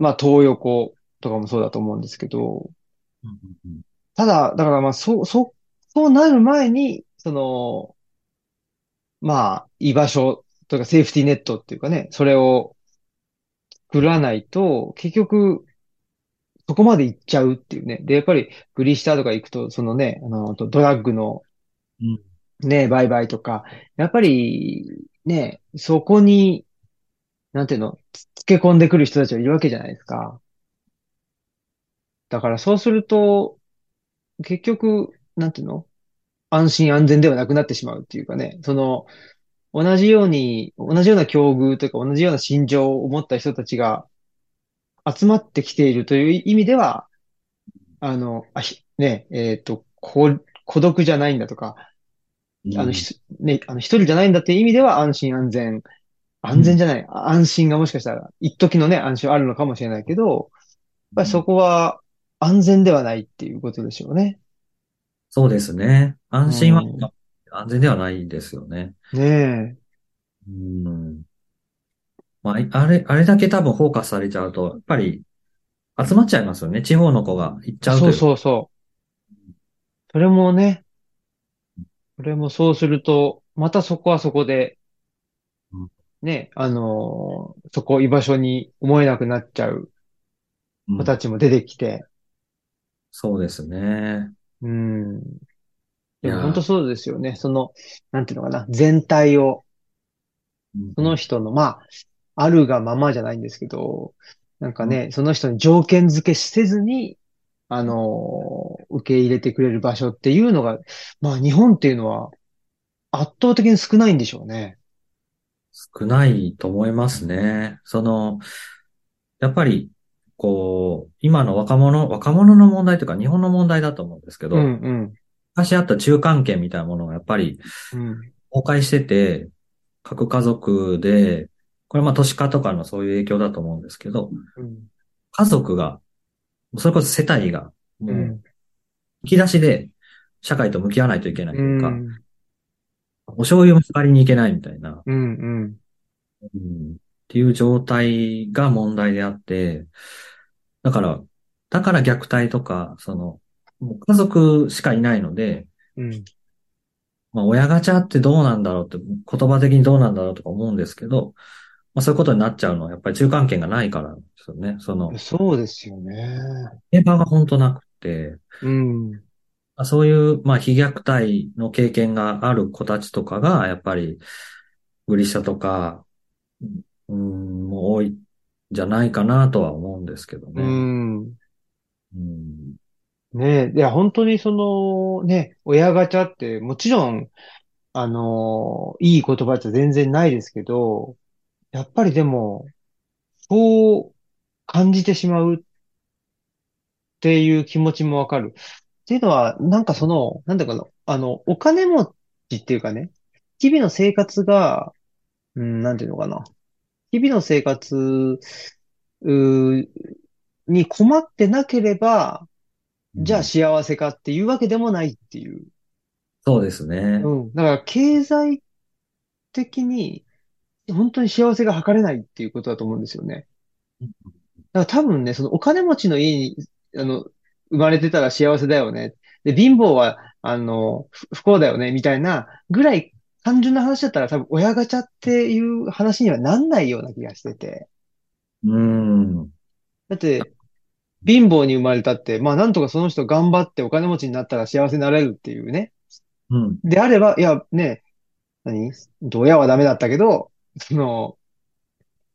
S1: まあ、東横とかもそうだと思うんですけど、ただ、だからまあ、そう、そう、そうなる前に、その、まあ、居場所というかセーフティーネットっていうかね、それを作らないと、結局、そこまで行っちゃうっていうね。で、やっぱり、グリ下とか行くと、そのね、あの、ドラッグの
S2: うん、
S1: ね、売買とか、やっぱり、ね、そこに、なんていうの、つつけ込んでくる人たちがいるわけじゃないですか。だからそうすると、結局、なんていうの安心安全ではなくなってしまうっていうかね、その、同じように、同じような境遇というか同じような心情を持った人たちが集まってきているという意味では、あの、あひね、えっと、こ孤独じゃないんだとか、あの、ひつね、あの、一人じゃないんだっていう意味では安心安全。安全じゃない。安心がもしかしたら、一時のね、安心はあるのかもしれないけど、やっぱりそこは安全ではないっていうことでしょうね。
S2: そうですね。安心は、
S1: うん
S2: 安全ではないですよね。
S1: ね
S2: うん。まあ、あれ、あれだけ多分フォーカスされちゃうと、やっぱり集まっちゃいますよね。地方の子が行っち
S1: え。
S2: ゃう
S1: そ
S2: というう。う
S1: そうそう。それもね、それもそうすると、またそこはそこで
S2: うん、
S1: ね、あのーそこ居場所に思えなくなっちゃうん子たちも出てきて、
S2: そうですね。
S1: うん。
S2: い
S1: で
S2: や
S1: も
S2: ー
S1: 本当そうですよね。その、なんていうのかな、全体を、その人の、まあ、あるがままじゃないんですけど、なんかね、その人に条件付けせずに、あのー、受け入れてくれる場所っていうのが、まあ日本っていうのは圧倒的に少ないんでしょうね。
S2: 少ないと思いますね。その、やっぱり、こう、今の若者、若者の問題というか日本の問題だと思うんですけど、
S1: うんうん。
S2: 昔あった中間圏みたいなものがやっぱり
S1: うん。
S2: 崩壊してて、各家族で、これまあ都市化とかのそういう影響だと思うんですけど、
S1: うん。
S2: 家族が、それこそ世帯が、
S1: う。
S2: もうん引き出しで社会と向き合わないといけないと
S1: う
S2: いうか、
S1: ん。
S2: お醤油も借りに行けないみたいな、
S1: うん。うん。
S2: うんっていう状態が問題であって、だから、だから虐待とか、その、もう家族しかいないので、
S1: うん。
S2: まあ、親ガチャってどうなんだろうって、言葉的にどうなんだろうとか思うんですけど、まあ、そういうことになっちゃうのは、やっぱり中間圏がないからなんですよね。その、
S1: そうですよね。
S2: 現場が本当なくて、
S1: うん。
S2: まあそういう、まあ、被虐待の経験がある子たちとかが、やっぱり、グリシャとか、うん、もう多いんじゃないかなとは思うんですけど
S1: う
S2: ね。
S1: ん。
S2: うん。
S1: ねえ、いや、本当にその、ね、親ガチャって、もちろん、あの、いい言葉じゃ全然ないですけど、やっぱりでも、そう感じてしまうっていう気持ちもわかる。っていうのは、なんかその、なんだかな、あの、お金持ちっていうかね、日々の生活が、うん、なんていうのかな。日々の生活、うーに困ってなければ、じゃあ幸せかっていうわけでもないっていう。
S2: そうですね。
S1: うん。だから経済的に本当に幸せが図れないっていうことだと思うんですよね。
S2: うん
S1: だから多分ね、そのお金持ちの家に、あの、生まれてたら幸せだよね。で、貧乏は、あの、ふ不幸だよね、みたいなぐらい単純な話だったら多分親ガチャっていう話にはなんないような気がしてて。
S2: うん。
S1: だって、貧乏に生まれたって、まあなんとかその人頑張ってお金持ちになったら幸せになれるっていうね。
S2: うん。
S1: であれば、いや、ね、何ドヤはダメだったけど、その、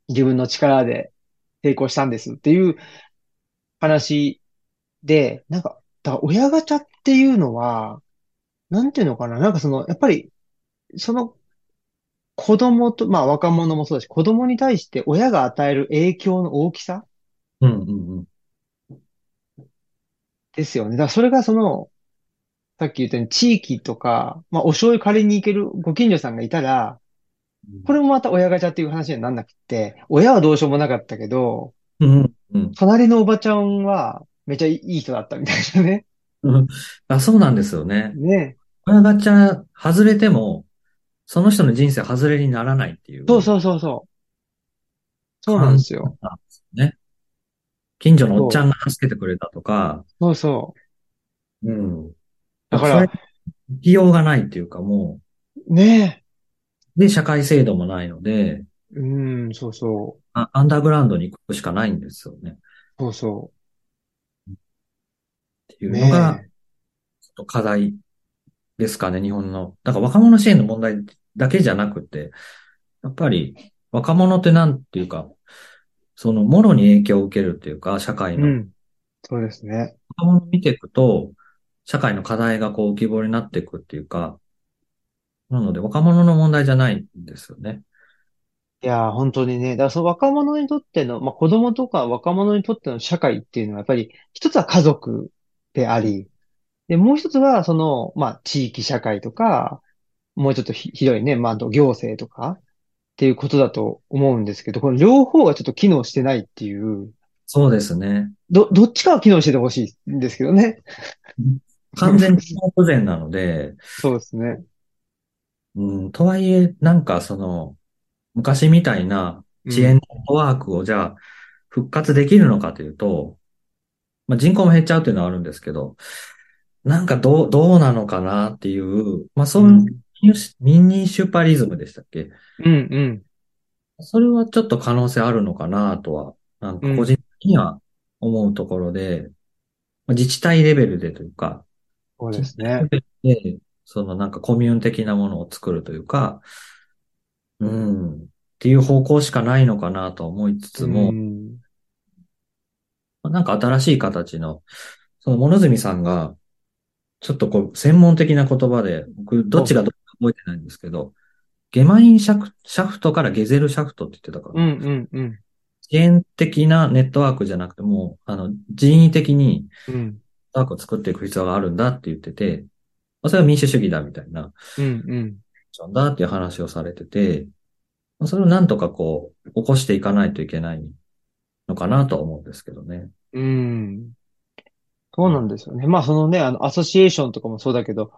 S1: 自分の力で成功したんですっていう話で、なんか、だから親ガチャっていうのは、なんていうのかな、なんかその、やっぱり、その、子供と、まあ若者もそうだし、子供に対して親が与える影響の大きさ
S2: うん。うん。
S1: ですよね。だからそれがその、さっき言ったように地域とか、まあお醤油借りに行けるご近所さんがいたら、これもまた親ガチャっていう話にはなんなくって、親はどうしようもなかったけど、
S2: うん。うん。
S1: 隣のおばちゃんはめちゃいい人だったみたいなね。
S2: うんあ、そうなんですよね。
S1: ね。
S2: 親ガチャ外れても、その人の人生外れにならないっていう。
S1: そうそうそうそう。そうなんですよ。
S2: なんですね。近所のおっちゃんが助けてくれたとか、
S1: そうそう。
S2: うん。
S1: だから、
S2: 費用がないっていうかも
S1: ね
S2: う、で、社会制度もないので、
S1: え。うん、そうそう。
S2: あアンダーグラウンドに行くしかないんですよね。っ
S1: そうそ。
S2: ていううのが
S1: ね、え。
S2: ちょっと課題ですかね、日本の。だから若者支援の問題だけじゃなくて、やっぱり若者ってなんていうか、その、もろに影響を受けるっていうか、社会
S1: う
S2: の、
S1: ん。そうですね。
S2: 若者を見ていくと、社会の課題がこう浮き彫りになっていくっていうか、なので若者の問題じゃないんですよね。
S1: いやー、本当にね。だからその若者にとっての、まあ子供とか若者にとっての社会っていうのはやっぱり、一つは家族であり、で、もう一つは、その、まあ、地域社会とか、もうちょっとひ、ひどいね、まあ、あと行政とかっていうことだと思うんですけど、この両方がちょっと機能してないっていう、
S2: そうですね。
S1: ど、どっちかは機能しててほしいんですけどね。
S2: 完全に機能不全なので、
S1: そうですね。
S2: うん、とはいえ、なんかその、昔みたいな遅
S1: う
S2: 延ネ
S1: ん
S2: ットワークをじゃあ復活できるのかというと、まあ、人口も減っちゃうっていうのはあるんですけど、なんかどう、どうなのかなっていう、まあそううい
S1: ん
S2: う、ミニシュパリズムでしたっけ
S1: うん、うん。
S2: それはちょっと可能性あるのかなとは、なんか個人的には思うところで、まあ自治体レベルでというか、
S1: そうですね。
S2: で、そのなんかコミューン的なものを作るというか、うん、っていう方向しかないのかなとは思いつつも、
S1: うん。
S2: まあなんか新しい形の、その物住さんが、ちょっとこう、専門的な言葉で、僕、どっちがどっちか覚えてないんですけど、ゲマインシャフシャフトからゲゼルシャフトって言ってたから、
S1: うん、うん、うん。
S2: 支援的なネットワークじゃなくてもう、あの、人為的に
S1: うん、
S2: ネットワークを作っていく必要があるんだって言ってて、まあそれは民主主義だみたいな、
S1: うん、うん。
S2: だっていう話をされてて、まあそれをなんとかこう、起こしていかないといけないのかなとは思うんですけどね。
S1: うん。そうなんですよね。まあ、そのね、あの、アソシエーションとかもそうだけど、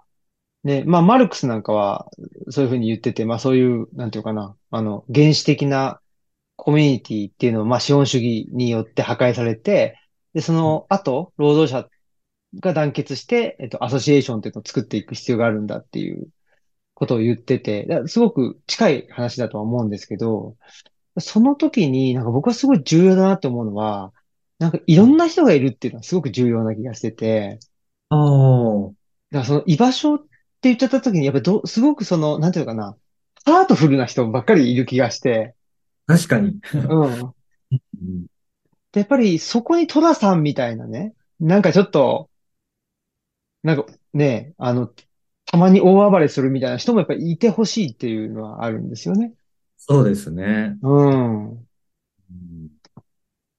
S1: ね、まあ、マルクスなんかは、そういうふうに言ってて、まあ、そういう、なんていうかな、あの、原始的なコミュニティっていうのを、まあ、資本主義によって破壊されて、で、その後、労働者が団結して、えっと、アソシエーションっていうのを作っていく必要があるんだっていうことを言ってて、だからすごく近い話だとは思うんですけど、その時に、なんか僕はすごい重要だなって思うのは、なんかいろんな人がいるっていうのはすごく重要な気がしてて、
S2: ああ、
S1: だからその居場所って言っちゃった時に、やっぱど、すごくその、なんていうのかな、ハートフルな人ばっかりいる気がして、
S2: 確かに。
S1: うん。
S2: うん
S1: で、やっぱりそこにトラさんみたいなね、なんかちょっと、なんかね、あの、たまに大暴れするみたいな人もやっぱりいてほしいっていうのはあるんですよね。
S2: そうですね。
S1: うん。
S2: うん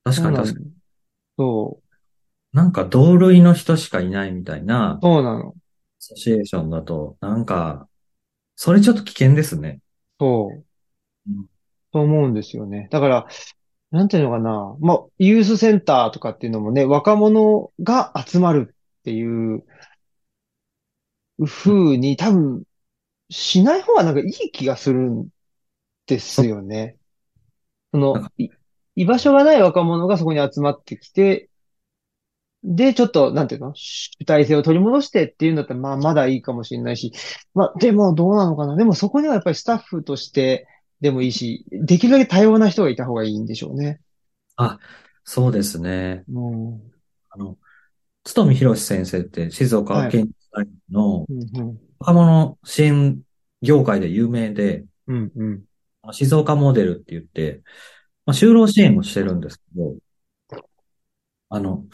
S2: 確かに確かに。
S1: に。そ
S2: なんか同類の人しかいないみたいな
S1: う、そうなの。
S2: アソシエーションだと、なんか、それちょっと危険ですね。
S1: そう
S2: うん。
S1: と思うんですよね。だから、なんていうのかな。まあ、ユースセンターとかっていうのもね、若者が集まるっていう風に多分しない方がなんかいい気がするんですよね。そ
S2: なん
S1: の
S2: か、
S1: い居場所がない若者がそこに集まってきて、で、ちょっと、なんていうの主体性を取り戻してっていうんだったら、まあ、まだいいかもしれないし、まあ、でもどうなのかな。でもそこにはやっぱりスタッフとしてでもいいし、できるだけ多様な人がいた方がいいんでしょうね。
S2: そうですね。
S1: うん。うん
S2: あの、つとみひろし先生って静岡県大学の
S1: うん。
S2: 若者支援業界で有名で、
S1: うんうん。
S2: あの静岡モデルって言って、まあ、就労支援をしてるんですけど、あの、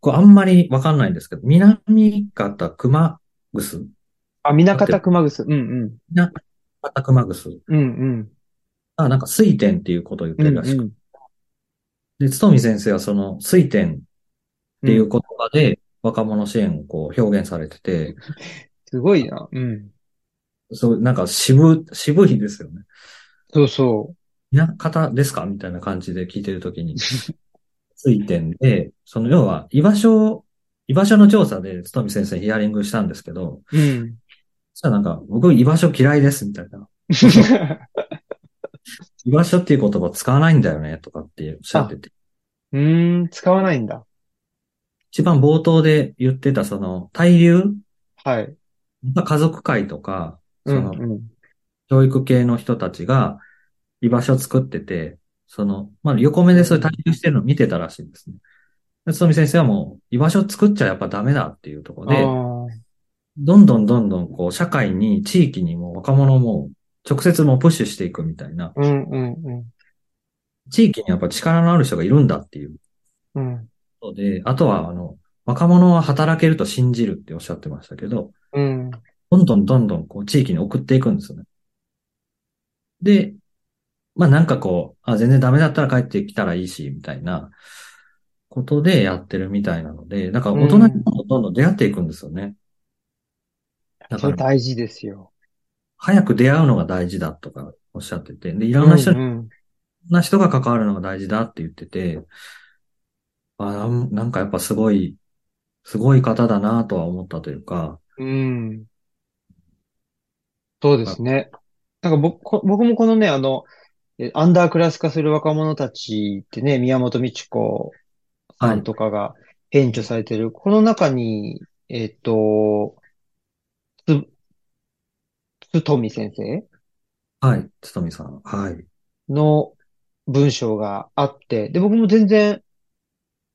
S2: これあんまりわかんないんですけど、南方熊楠
S1: あ、南方熊楠。うんうん。
S2: 南方熊楠
S1: うんうん。
S2: あ、なんか水天っていうことを言って
S1: う
S2: る
S1: ん
S2: らしくて
S1: うん。
S2: で、つとみ先生はその水点っていう言葉で若者支援をこう表現されてて、
S1: すごいな。うん。
S2: そう、なんか渋、渋いですよね。
S1: そうそ
S2: な方ですかみたいな感じで聞いてる ときに、水点で、その要は居場所を、居場所の調査でつとみ先生にヒアリングしたんですけど、
S1: う。うん。
S2: そしたらなんか僕居場所嫌いですみたいな。居場所っていう言葉使わないんだよねとかっておっしゃってて。
S1: うーん、使わないんだ。
S2: 一番冒頭で言ってたその、対流
S1: はい。
S2: 家族会とか、
S1: う
S2: そ
S1: ん
S2: の、
S1: うん。
S2: 教育系の人たちが居場所を作ってて、その、まあ、横目でそれ対流してるのを見てたらしいんですね。で、つとみ先生はもう居場所を作っちゃやっぱダメだっていうところで、
S1: あ
S2: どんどんどんどんこう社会に、地域にも若者も直接もうプッシュしていくみたい
S1: あ。
S2: な、
S1: うんうん
S2: 地域にやっぱ力のある人がいるんだっていう
S1: うん。うん。
S2: ことで、あとはあの、若者は働けると信じるっておっしゃってましたけど、
S1: うん。
S2: どんどんどんどんこう地域に送っていくんですよね。で、まあなんかこう、あ、全然ダメだったら帰ってきたらいいし、みたいなことでやってるみたいなので、なんか大人にどんどんどんどん出会っていくんですよね。だ
S1: そ
S2: か
S1: れ
S2: ら、
S1: 大事ですよ。
S2: 早く出会うのが大事だとかおっしゃってて、で、いろ
S1: う
S2: んな人に、いろん
S1: ん
S2: な人が関わるのが大事だって言ってて、あ、なんなんかやっぱすごい、すごい方だなとは思ったというか、
S1: うん。うん。そうですね。なんか僕、こ僕もこのね、あの、えアンダークラス化する若者たちってね、宮本美智子さんとかが編著されてる。この中に、えっと、つ、つとみ先生
S2: はい、つとみさん、はい。
S1: の文章があって、で、僕も全然、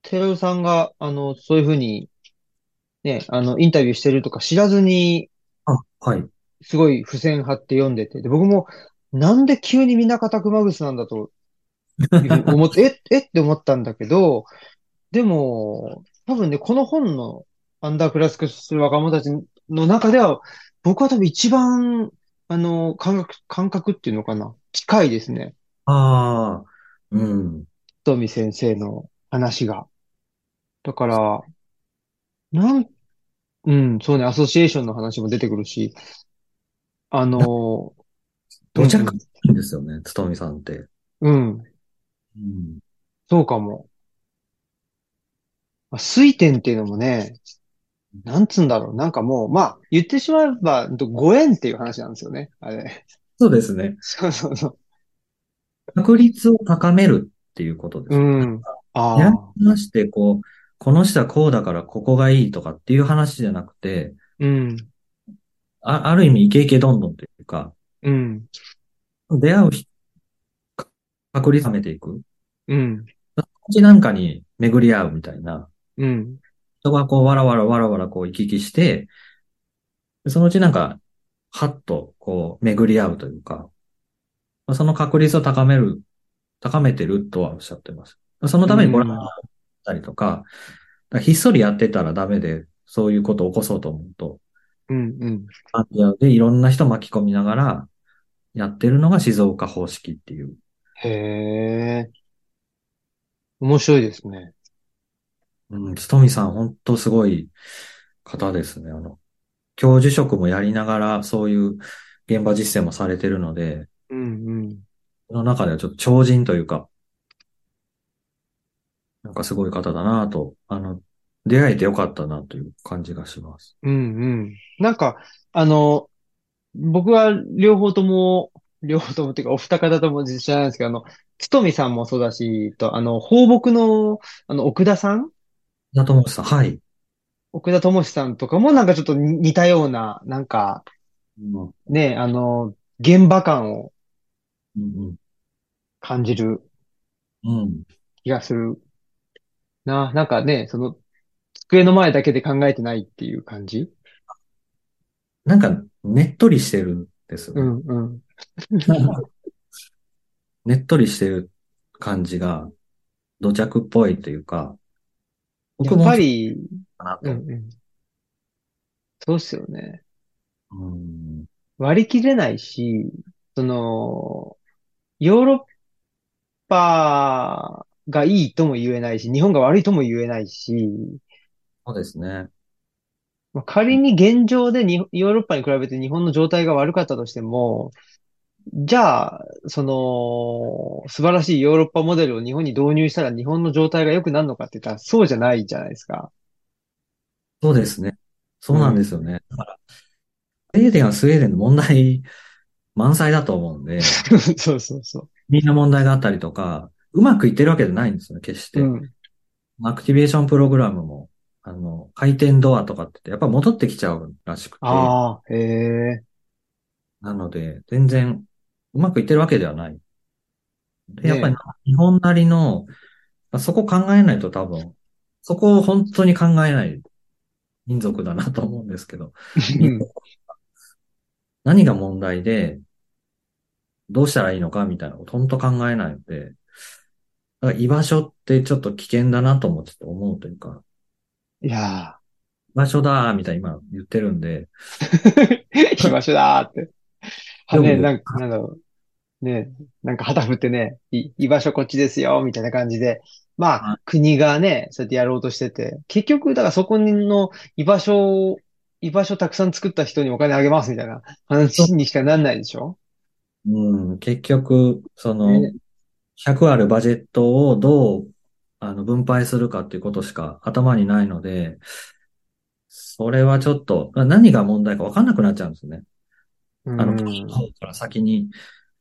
S1: 寺尾さんが、あの、そういうふうに、ね、あの、インタビューしてるとか知らずに、
S2: あ、はい。
S1: すごい付箋貼って読んでて、で、僕も、なんで急に南方熊楠なんだと、いうふうに思って、 え、えって思ったんだけど、でも、多分ね、この本のアンダークラスクする若者たちの中では、僕は多分一番、あの、感覚、感覚っていうのかな、近いですね。
S2: ああ、うん。
S1: トミ先生の話が。だから、なん、うん、そうね、アソシエーションの話も出てくるし、あの、
S2: 土着なんですよね、つとみさんって。
S1: うん、うん
S2: うん。
S1: そうかも。まあ水点っていうのもね、なんつうんだろう、なんかもう、まあ、言ってしまえば、うんとご縁っていう話なんですよね、あれ。
S2: そうですね。
S1: そうそうそう。
S2: 確率を高めるっていうことです。
S1: うん。あ
S2: や
S1: あ、
S2: らして、こう、この人はこうだからここがいいとかっていう話じゃなくて、
S1: うん、
S2: あある意味イケイケどんどんというか、
S1: うん、
S2: 出会う人確率を高めていく。
S1: うん、
S2: うちなんかに巡り合うみたいな。
S1: うん、
S2: 人がこう、わらわらわらわらこう行き来して、でそのうちなんか、はっとこう巡り合うというか、まあ、その確率を高める、高めてるとはおっしゃってます。そのためにボランティアしたりとか、だからひっそりやってたらダメで、そういうことを起こそうと思うと、
S1: うん、うん。
S2: ボランティアでいろんな人巻き込みながらやってるのが静岡方式っていう。
S1: へえ。面白いですね。
S2: うん、つとみさん、本当すごい方ですね。あの、教授職もやりながら、そういう現場実践もされてるので、
S1: うん、うん。
S2: その中ではちょっと超人というか、なんかすごい方だなと、あの、出会えてよかったなという感じがします。
S1: うん、うん。なんか、あの、僕は両方とも、両方ともっていうか、お二方とも知らないんですけど、あの、つとみさんもそうだし、と、あの、放牧の、あの、奥田さん
S2: なともさん、はい。
S1: 奥田智志さんとかもなんかちょっと似似たような、なんか、
S2: うん
S1: ね、あの、現場感を
S2: うん
S1: 感じる
S2: うん。
S1: 気がするな。なんかね、その、机の前だけで考えてないっていう感じ
S2: なんか、ねっとりしてるんですよ
S1: う
S2: ね。
S1: ん、うん。
S2: ねっとりしてる感じが、土着っぽいというか、
S1: や
S2: 僕
S1: っ
S2: も
S1: ぱり、
S2: かな
S1: う
S2: と。
S1: ん、うん。そうっすよね。
S2: うん。
S1: 割り切れないし、その、ヨーロッパがいいとも言えないし、日本が悪いとも言えないし、
S2: そうですね。
S1: まあ、仮に現状でにヨーロッパに比べて日本の状態が悪かったとしても、じゃあ、その、素晴らしいヨーロッパモデルを日本に導入したら日本の状態が良くなるのかって言ったらそうじゃないじゃないですか。
S2: そうですね。そうなんですよね。だから、スウェーデンはスウェーデンの問題満載だと 思うんで、
S1: そうそうそ
S2: みんな問題があったりとか、うまくいってるわけじゃないんですよね、決して。
S1: う。うん。
S2: アクティベーションプログラムも、あの、回転ドアとかって言って、やっぱ戻ってきちゃうらしくて、な
S1: ああ、へえ。
S2: ので、全然うまくいってるわけではない。でやっぱり
S1: ね
S2: 日本なりの、まあそこ考えないと多分、そこを本当に考えない民族だなと思うんですけど、
S1: うん
S2: 何が問題で、どうしたらいいのかみたいなことを本当考えないので、だから居場所ってちょっと危険だなともちょっと思うというか、
S1: いや
S2: 居場所だーみたいな今言ってるんで、
S1: ー、居場所だーって。はね、
S2: でも
S1: なんか、なんだろう。ね、なんか旗振ってね、い居場所こっちですよ、みたいな感じで。ま
S2: は
S1: あ、国がね、そうやってやろうとしてて、結局、だからそこの居場所を、居場所たくさん作った人にお金あげます、みたいな話にしかなんないでしょ
S2: うん、結局、その
S1: ね、
S2: 100あるバジェットをどう、あの、分配するかっていうことしか頭にないので、それはちょっと、何が問題か分かんなくなっちゃうんですね。
S1: うん
S2: あの、プロの方から先に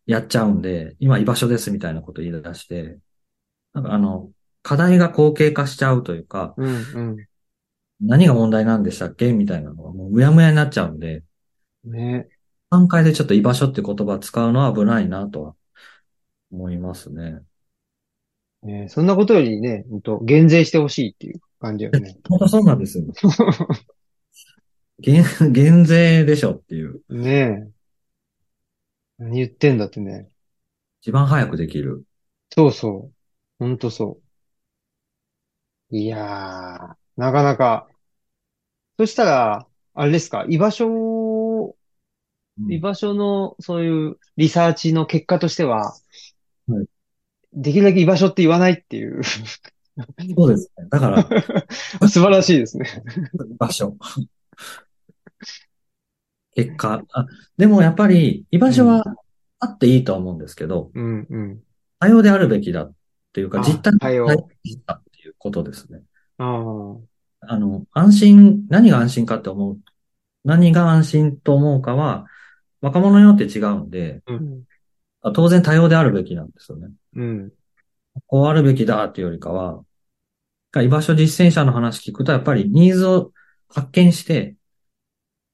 S2: やっちゃうんで、今居場所ですみたいなこと言い出して、なんかあの、課題が後継化しちゃうというか、
S1: うん、うん。
S2: 何が問題なんでしたっけみたいなのがもううやむやになっちゃうんで、
S1: ね。
S2: 段階でちょっと居場所って言葉使うのは危ないなとは思いますね。
S1: ねそんなことよりね、ほんと減税してほしいっていう感じよね。
S2: 本当そうなんですよ。減、減税でしょっていう。
S1: ねえ。何言ってんだってね。
S2: 一番早くできる。
S1: そうそう。ほんとそう。いやー、なかなか。そしたら、あれですか、居場所を、
S2: うん
S1: 居場所の、そういうリサーチの結果としては
S2: はい、
S1: できるだけ居場所って言わないって いう。
S2: そうですね。だから、
S1: 素晴らしいですね。
S2: 居場所。結果。あ、でもやっぱり居場所はあっていいとは思うんですけど、
S1: うんうん。
S2: 多様であるべきだっていうか、
S1: あ
S2: 実態
S1: 多様
S2: だっていうことですね。
S1: ああ、
S2: あの、安心、何が安心かって思う、何が安心と思うかは、若者によって違うんで、
S1: うん。
S2: あ当然多様であるべきなんですよね。
S1: うん。
S2: こうあるべきだっていうよりかは、居場所実践者の話聞くと、やっぱりニーズを発見して、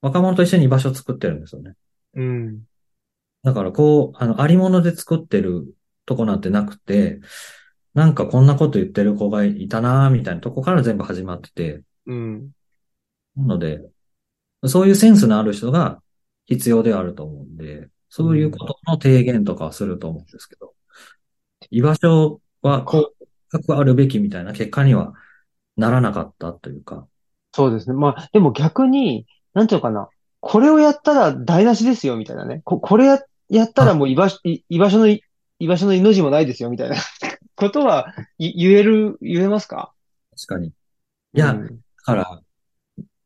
S2: 若者と一緒に居場所を作ってるんですよね。
S1: うん。
S2: だからこう、あの、ありもので作ってるとこなんてなくて、なんかこんなこと言ってる子がいたなーみたいなとこから全部始まってて、
S1: うん。
S2: なので、そういうセンスのある人が必要であると思うんで、そういうことの提言とかはすると思うんですけど、居場所は、こう、各あるべきみたいな結果にはならなかったというか、
S1: そうですね。まあ、でも逆に、なんていうのかな。これをやったら台無しですよ、みたいなね。こ、これや、やったらもう居場所、い居場所のい、居場所の命もないですよ、みたいな ことは、い言える、言えますか
S2: 確かに。い
S1: い
S2: や、
S1: うん
S2: だから、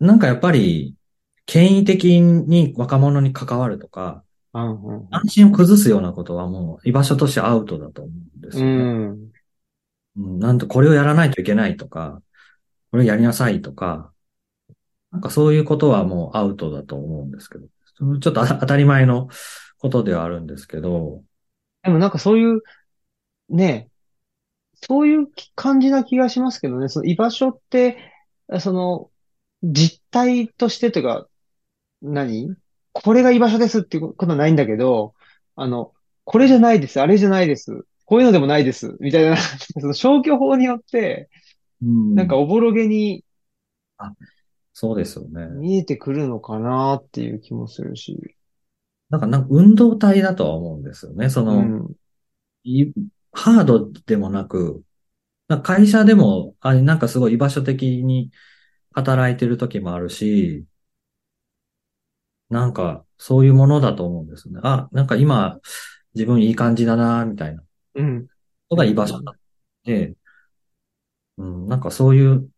S2: なんかやっぱり、権威的に若者に関わるとか、
S1: うんうん
S2: 安心を崩すようなことはもう居場所としてアウトだと思うんです
S1: う
S2: よね。
S1: ん。うん。
S2: うん、なんとこれをやらないといけないとか、これをやりなさいとか、なんかそういうことはもうアウトだと思うんですけど、そのちょっとあ当たり前のことではあるんですけど、
S1: でもなんかそういう、ね、そういう感じな気がしますけどね。その居場所って、その、実態としてというか、何これが居場所ですっていうことはないんだけど、あの、これじゃないです、あれじゃないです、こういうのでもないです、みたいな、 その消去法によって、
S2: うん
S1: なんかおぼろげに
S2: そうですよね。
S1: 見えてくるのかなっていう気もするし。
S2: なんかなんか運動体だとは思うんですよね。そうの、
S1: ん。
S2: いハードでもなく、なんか会社でも、あなんかすごい居場所的に働いてる時もあるし、なんかそういうものだと思うんですね。あ、なんか今自分いい感じだな、みたいな
S1: うん。
S2: ことが居場所なので、うん、なんかそういう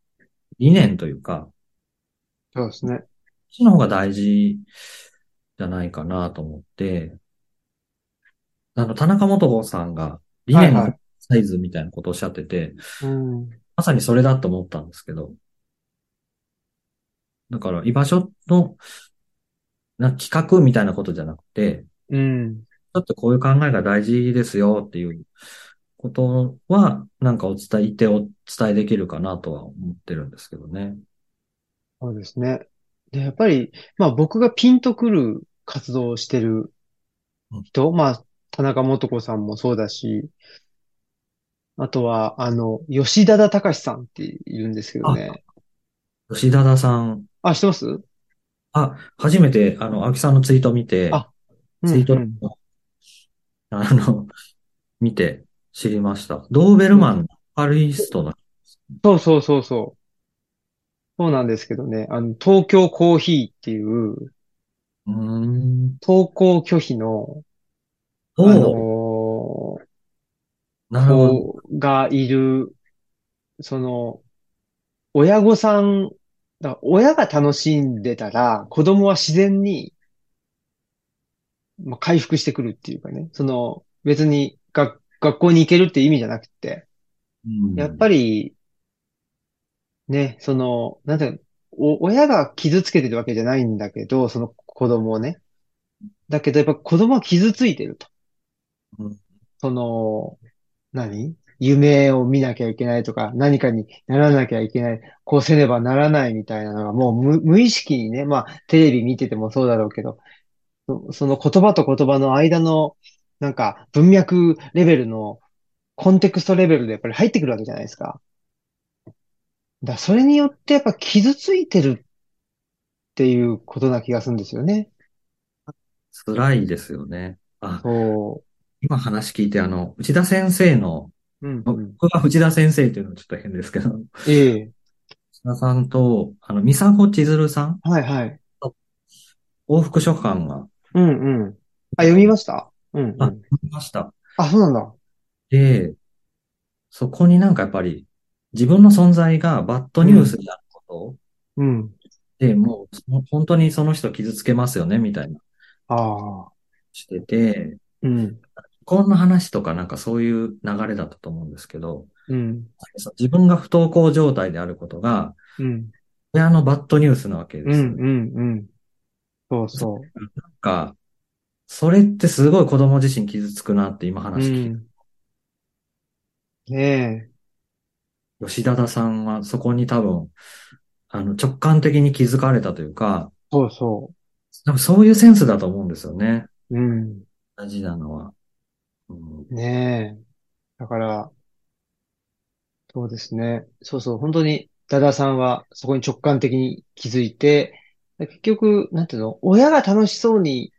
S2: 理念というか、
S1: そうですね。
S2: そっちの方が大事じゃないかなと思って、あの、田中元子さんが理念
S1: はいは
S2: の
S1: い
S2: サイズみたいなことをおっしゃってて、
S1: うん。
S2: まさにそれだと思ったんですけど。だから、居場所の、な企画みたいなことじゃなくて、
S1: うん。
S2: ちょっとこういう考えが大事ですよっていうことは、なんかお伝え、言ってお伝えできるかなとは思ってるんですけどね。
S1: そうですね。で、やっぱり、まあ僕がピンとくる活動をしてる人、まあ田中素子さんもそうだし、あとは、あの、吉田田隆さんっているんですけどね。
S2: 吉田田さん、
S1: あ、知ってますう
S2: あ、初めて、あの、青木さんのツイート見て、
S1: あん
S2: ツイート
S1: う
S2: の
S1: ん、
S2: あの、見て知りました。ドーベルマンのパリストの、
S1: そうそうそうそう。そうなんですけどね。あの、東京コーヒーっていう、
S2: うーん、
S1: 登校拒否の、あ
S2: おう
S1: のー
S2: なるほど。
S1: 子がいる、その、親御さん、だ親が楽しんでたら、子供は自然に、まあ、回復してくるっていうかね。その、別に学、学校に行けるっていう意味じゃなくて、
S2: うん
S1: やっぱり、ね、その、なんていうのお、親が傷つけてるわけじゃないんだけど、その子供をね。だけど、やっぱ子供は傷ついてると
S2: うん。
S1: その、何夢を見なきゃいけないとか、何かにならなきゃいけない、こうせねばならないみたいなのが、もう無、無意識にね、まあ、テレビ見ててもそうだろうけど、そその言葉と言葉の間の、なんか、文脈レベルの、コンテクストレベルでやっぱり入ってくるわけじゃないですか。だからそれによってやっぱ傷ついてるっていうことな気がするんですよね。
S2: 辛いですよね。あ、
S1: そ
S2: 今話聞いて、あの、内田先生の、
S1: う。うん、うん。
S2: 僕が内田先生っていうのはちょっと変ですけど、内
S1: ええ。
S2: 田さんと、あの、三佐子千鶴さん、
S1: はいはい。
S2: 往復書館が、
S1: うんうん。あ、読みましたうん、う
S2: あ
S1: ん。
S2: いました。
S1: あ、そうなんだ。
S2: で、そこになんかやっぱり、自分の存在がバッドニュースになるこ
S1: うん。
S2: とで、もうその、本当にその人傷つけますよね、みたいな、
S1: ああ。
S2: してて、
S1: うん。
S2: こんな話とかなんかそういう流れだったと思うんですけど、
S1: うん。
S2: そう自分が不登校状態であることが、
S1: うん。
S2: 親のバッドニュースなわけで
S1: う
S2: す。
S1: ん。うん。うん。そうそ
S2: なんか、それってすごい子供自身傷つくなって今
S1: う。う
S2: 話聞いて、
S1: ん。ねえ。
S2: 吉田田さんはそこに多分、あの、直感的に気づかれたというか、
S1: そうそ
S2: 多分そういうセンスだと思うんですよね。
S1: う。うん。
S2: 大事なのは。うん、
S1: ねえ。だから、そうですね。そうそう。本当に、ダダさんはそこに直感的に気づいて、結局、なんていうの、親が楽しそうにし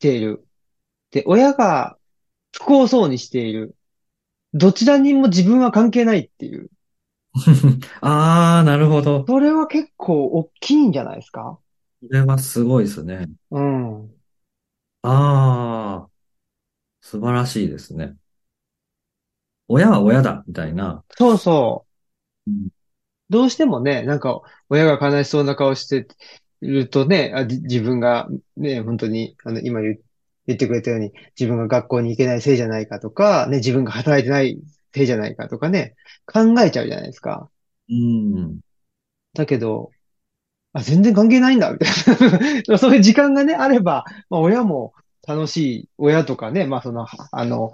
S1: ている。で、親が不幸そうにしている。どちらにも自分は関係ないっていう。
S2: ああ、なるほど。
S1: それは結構大きいんじゃないですか
S2: これはすごいですね。
S1: うん。
S2: ああ、素晴らしいですね。親は親だ、みたいな。
S1: そうそうう。
S2: ん
S1: どうしてもね、なんか、親が悲しそうな顔してるとね、あじ自分がね、本当に、あの、今言う言ってくれたように、自分が学校に行けないせいじゃないかとか、ね、自分が働いてないせいじゃないかとかね、考えちゃうじゃないですか。
S2: うん。
S1: だけど、あ、全然関係ないんだ、みたいな。 そういう時間がね、あれば、まあ、親も楽しい、親とかね、まあ、その、はあの、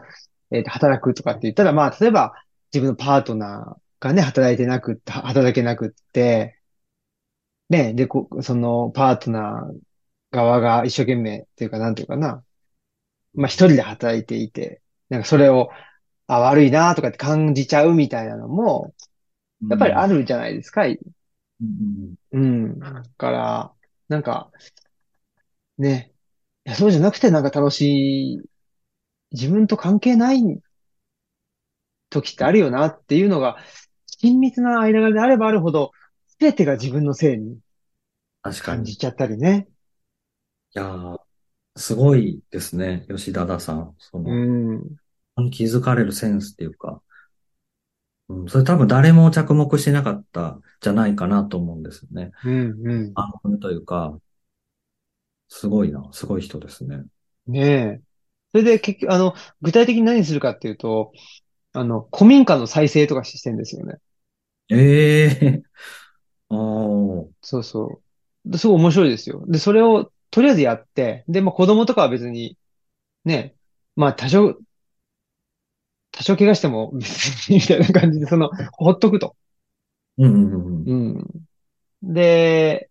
S1: えーと働くとかって言ったら、まあ、例えば、自分のパートナーがね、働いてなくって、は働けなくって、ね、で、こう、その、パートナー側が一生懸命っていうか、なんていうかな、まあ、一人で働いていて、なんかそれを、あ、悪いなとかって感じちゃうみたいなのも、やっぱりあるじゃないですか、
S2: うん
S1: うん。だから、なんか、ね、いや、そうじゃなくてなんか楽しい、自分と関係ない時ってあるよなっていうのが、親密な間柄であればあるほど、すべてが自分のせいに
S2: 確か
S1: 感
S2: に。い
S1: じちゃったりね。
S2: やーすごいですね。吉田田さん。その、
S1: うん。
S2: 気づかれるセンスっていうか。うん、それ多分誰も着目してなかったじゃないかなと思うんですよね。
S1: うん、う
S2: あの、というか、すごいな。すごい人ですね。
S1: ん。ねえ。それで結局、あの、具体的に何するかっていうと、あの、古民家の再生とかしてんですよね。
S2: ええー。 おー。
S1: そうそう。ですごい面白いですよ。で、それをとりあえずやって、で、まあ子供とかは別に、ね、まあ多少、多少怪我しても 別にみたいな感じで、その、ほっとくと。
S2: うんうんうんうん。
S1: うん。で、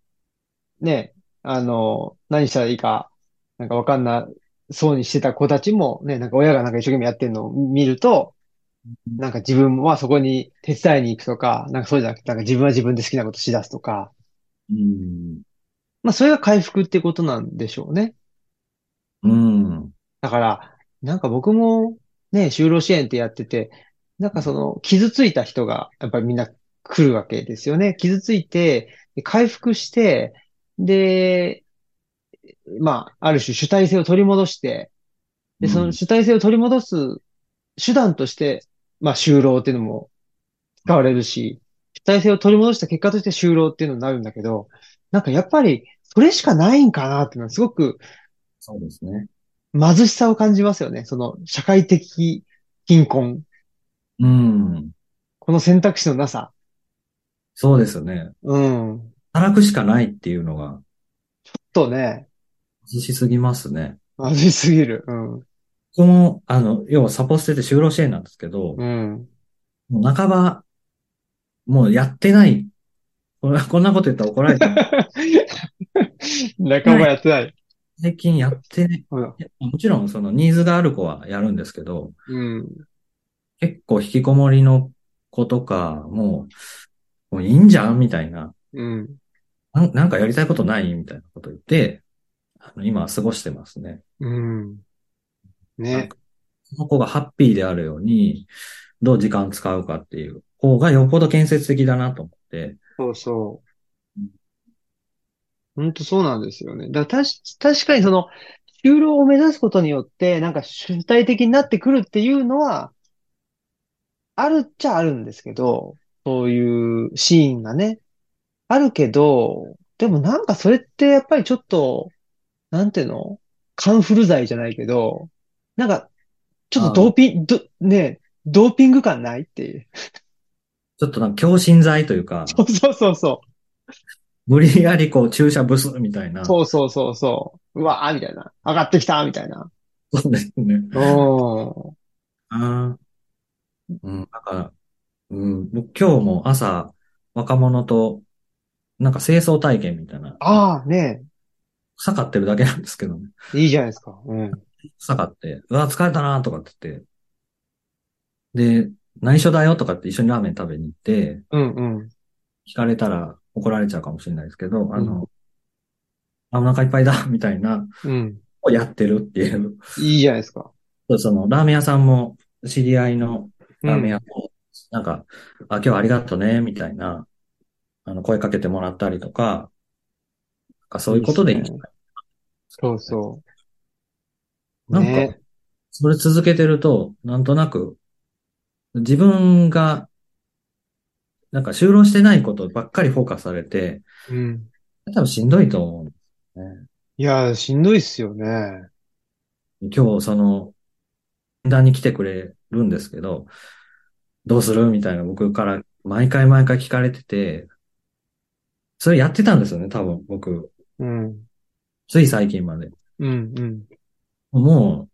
S1: ね、あの、何したらいいか、なんかわかんなそうにしてた子たちも、ね、なんか親がなんか一生懸命やってるのを見ると、なんか自分はそこに手伝いに行くとか、なんかそうじゃなくて、なんか自分は自分で好きなことしだすとか、
S2: うん。
S1: まあそれが回復ってことなんでしょうね。
S2: うん。
S1: だから、なんか僕もね、就労支援ってやってて、なんかその、傷ついた人が、やっぱりみんな来るわけですよね。傷ついて、回復して、で、まあ、ある種主体性を取り戻して、で、その主体性を取り戻す手段として、まあ、就労っていうのも使われるし、主体性を取り戻した結果として就労っていうのになるんだけど、なんかやっぱり、それしかないんかなっていうのはすごく、
S2: そうですね。
S1: 貧しさを感じますよね。その社会的貧困。
S2: うん。
S1: この選択肢のなさ。
S2: そうですよね。
S1: うん。
S2: 働くしかないっていうのが、
S1: とね、
S2: 貧しすぎますね。
S1: 貧しすぎる。うん。
S2: この、あの、要はサポステって就労支援なんですけど、
S1: うん。
S2: もう半ば、もうやってない。こんこんなこと言ったら怒ら れる。
S1: 仲間やってない。
S2: 最近やってない。
S1: うん。
S2: いやもちろん、そのニーズがある子はやるんですけど、
S1: うん。
S2: 結構引きこもりの子とか、もう、もういいんじゃんみたいな。
S1: うん。
S2: なんなんかやりたいことないみたいなこと言って、あの今は過ごしてますね。
S1: うん。ね。
S2: その子がハッピーであるように、どう時間使うかっていう方がよっぽど建設的だなと思って。
S1: そうそう。本当そうなんですよね。だからたし、確かにその、就労を目指すことによって、なんか主体的になってくるっていうのは、あるっちゃあるんですけど、そういうシーンがね、あるけど、でもなんかそれってやっぱりちょっと、なんていうのカンフル剤じゃないけど、なんか、ちょっとドーピン、ど、ね、ドーピング感ないっていう。
S2: ちょっとなんか強心剤というか、
S1: そうそうそうそう。
S2: 無理やりこう注射ブスみたいな。
S1: そうそうそうそう。うわーみたいな。上がってきたみたいな。
S2: そうですね。
S1: うん。
S2: あーうん、だから、うん、今日も朝、若者と、なんか清掃体験みたいな。
S1: ああ、ね
S2: 草刈ってるだけなんですけどね。
S1: え。いいじゃないですか。うん。
S2: 草刈って、うわ、疲れたなとかって言って。で、内緒だよとかって一緒にラーメン食べに行って、
S1: うんうん。
S2: 聞かれたら怒られちゃうかもしれないですけど、あの、あ、お腹いっぱいだ、みたいな、
S1: うん。
S2: をやってるっていう。
S1: いいじゃないですか。
S2: そうその、ラーメン屋さんも、知り合いの
S1: うん
S2: ラーメン屋も、なんか、あ、今日はありがとね、みたいな、あの、声かけてもらったりとか、なんかそういうことで
S1: いいっすねそうそう。
S2: なんか、
S1: ね。
S2: それ続けてると、なんとなく、自分が、なんか就労してないことばっかりフォーカスされて、
S1: うん。
S2: 多分しんどいと思う。
S1: いやー、しんどいっすよね。
S2: 今日、その、面談に来てくれるんですけど、どうするみたいな僕から毎回毎回聞かれてて、それやってたんですよね、多分僕。
S1: うん。
S2: つい最近まで。
S1: うん、うん。
S2: もう、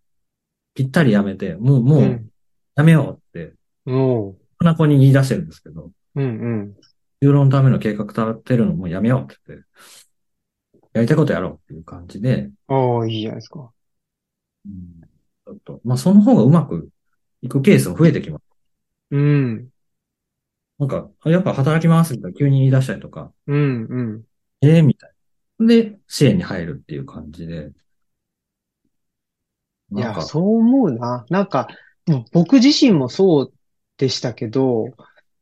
S2: ぴったりやめて、もう、も
S1: う。
S2: うんやめようって、
S1: おう。
S2: こんな子に言い出してるんですけど、
S1: うん、うん。
S2: 就労のための計画立てるのもうやめようって言って、やりたいことやろうっていう感じで、
S1: ああ、いいじゃないですか。
S2: うんちょっと、まあ、その方がうまくいくケースも増えてきます。
S1: うん。
S2: なんか、あやっぱ働きますみたいな急に言い出したりとか、
S1: うん、うん。
S2: ええみたいな。で、支援に入るっていう感じで。
S1: い
S2: なん
S1: や、
S2: か、
S1: そう思うな。なんか、うん僕自身もそうでしたけど、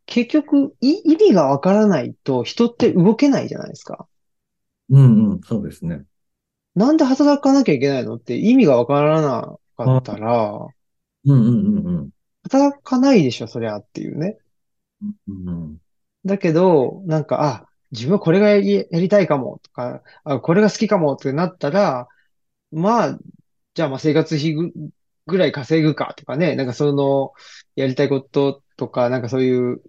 S1: 結局、い意味がわからないと人って動けないじゃないですか。
S2: うんうん、そうですね。
S1: なんで働かなきゃいけないのって意味がわからなかったら、
S2: うんうんうんうん
S1: 働かないでしょ、そりゃっていうね。
S2: うんうん。
S1: だけど、なんか、あ、自分はこれがやり、やりたいかもとか、あ、これが好きかもってなったら、まあ、じゃあまあ生活費ぐ、ぐらい稼ぐかとかね、なんかその、やりたいこととか、なんかそういう、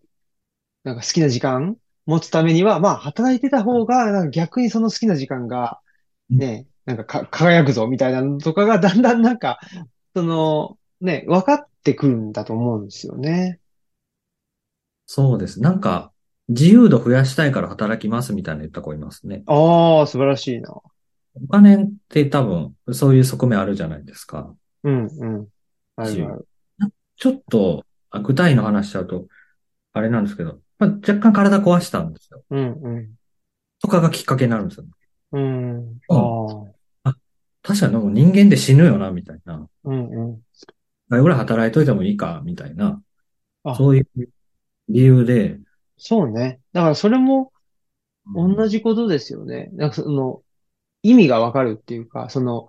S1: なんか好きな時間持つためには、まあ働いてた方が、なんか逆にその好きな時間が、ね、なんかか輝くぞみたいなのとかが、だんだんなんか、その、ね、分かってくるんだと思うんですよね。
S2: そうです。なんか、自由度増やしたいから働きますみたいな言った子いますね。
S1: ああ、素晴らしいな。
S2: お金って多分、そういう側面あるじゃないですか。
S1: うん、うん。あるある。
S2: ちょっと、あ具体の話しちゃうと、あれなんですけど、まあ、若干体壊したんですよ。
S1: うん、うん。
S2: とかがきっかけになるんですよ。
S1: うん。ああ。
S2: 確かにもう人間って死ぬよな、みたいな。
S1: うん、うん。
S2: 倍ぐらい働いといてもいいか、みたいな
S1: あ。
S2: そういう理由で。
S1: そうね。だからそれも同じことですよね。なんかその、意味がわかるっていうか、その、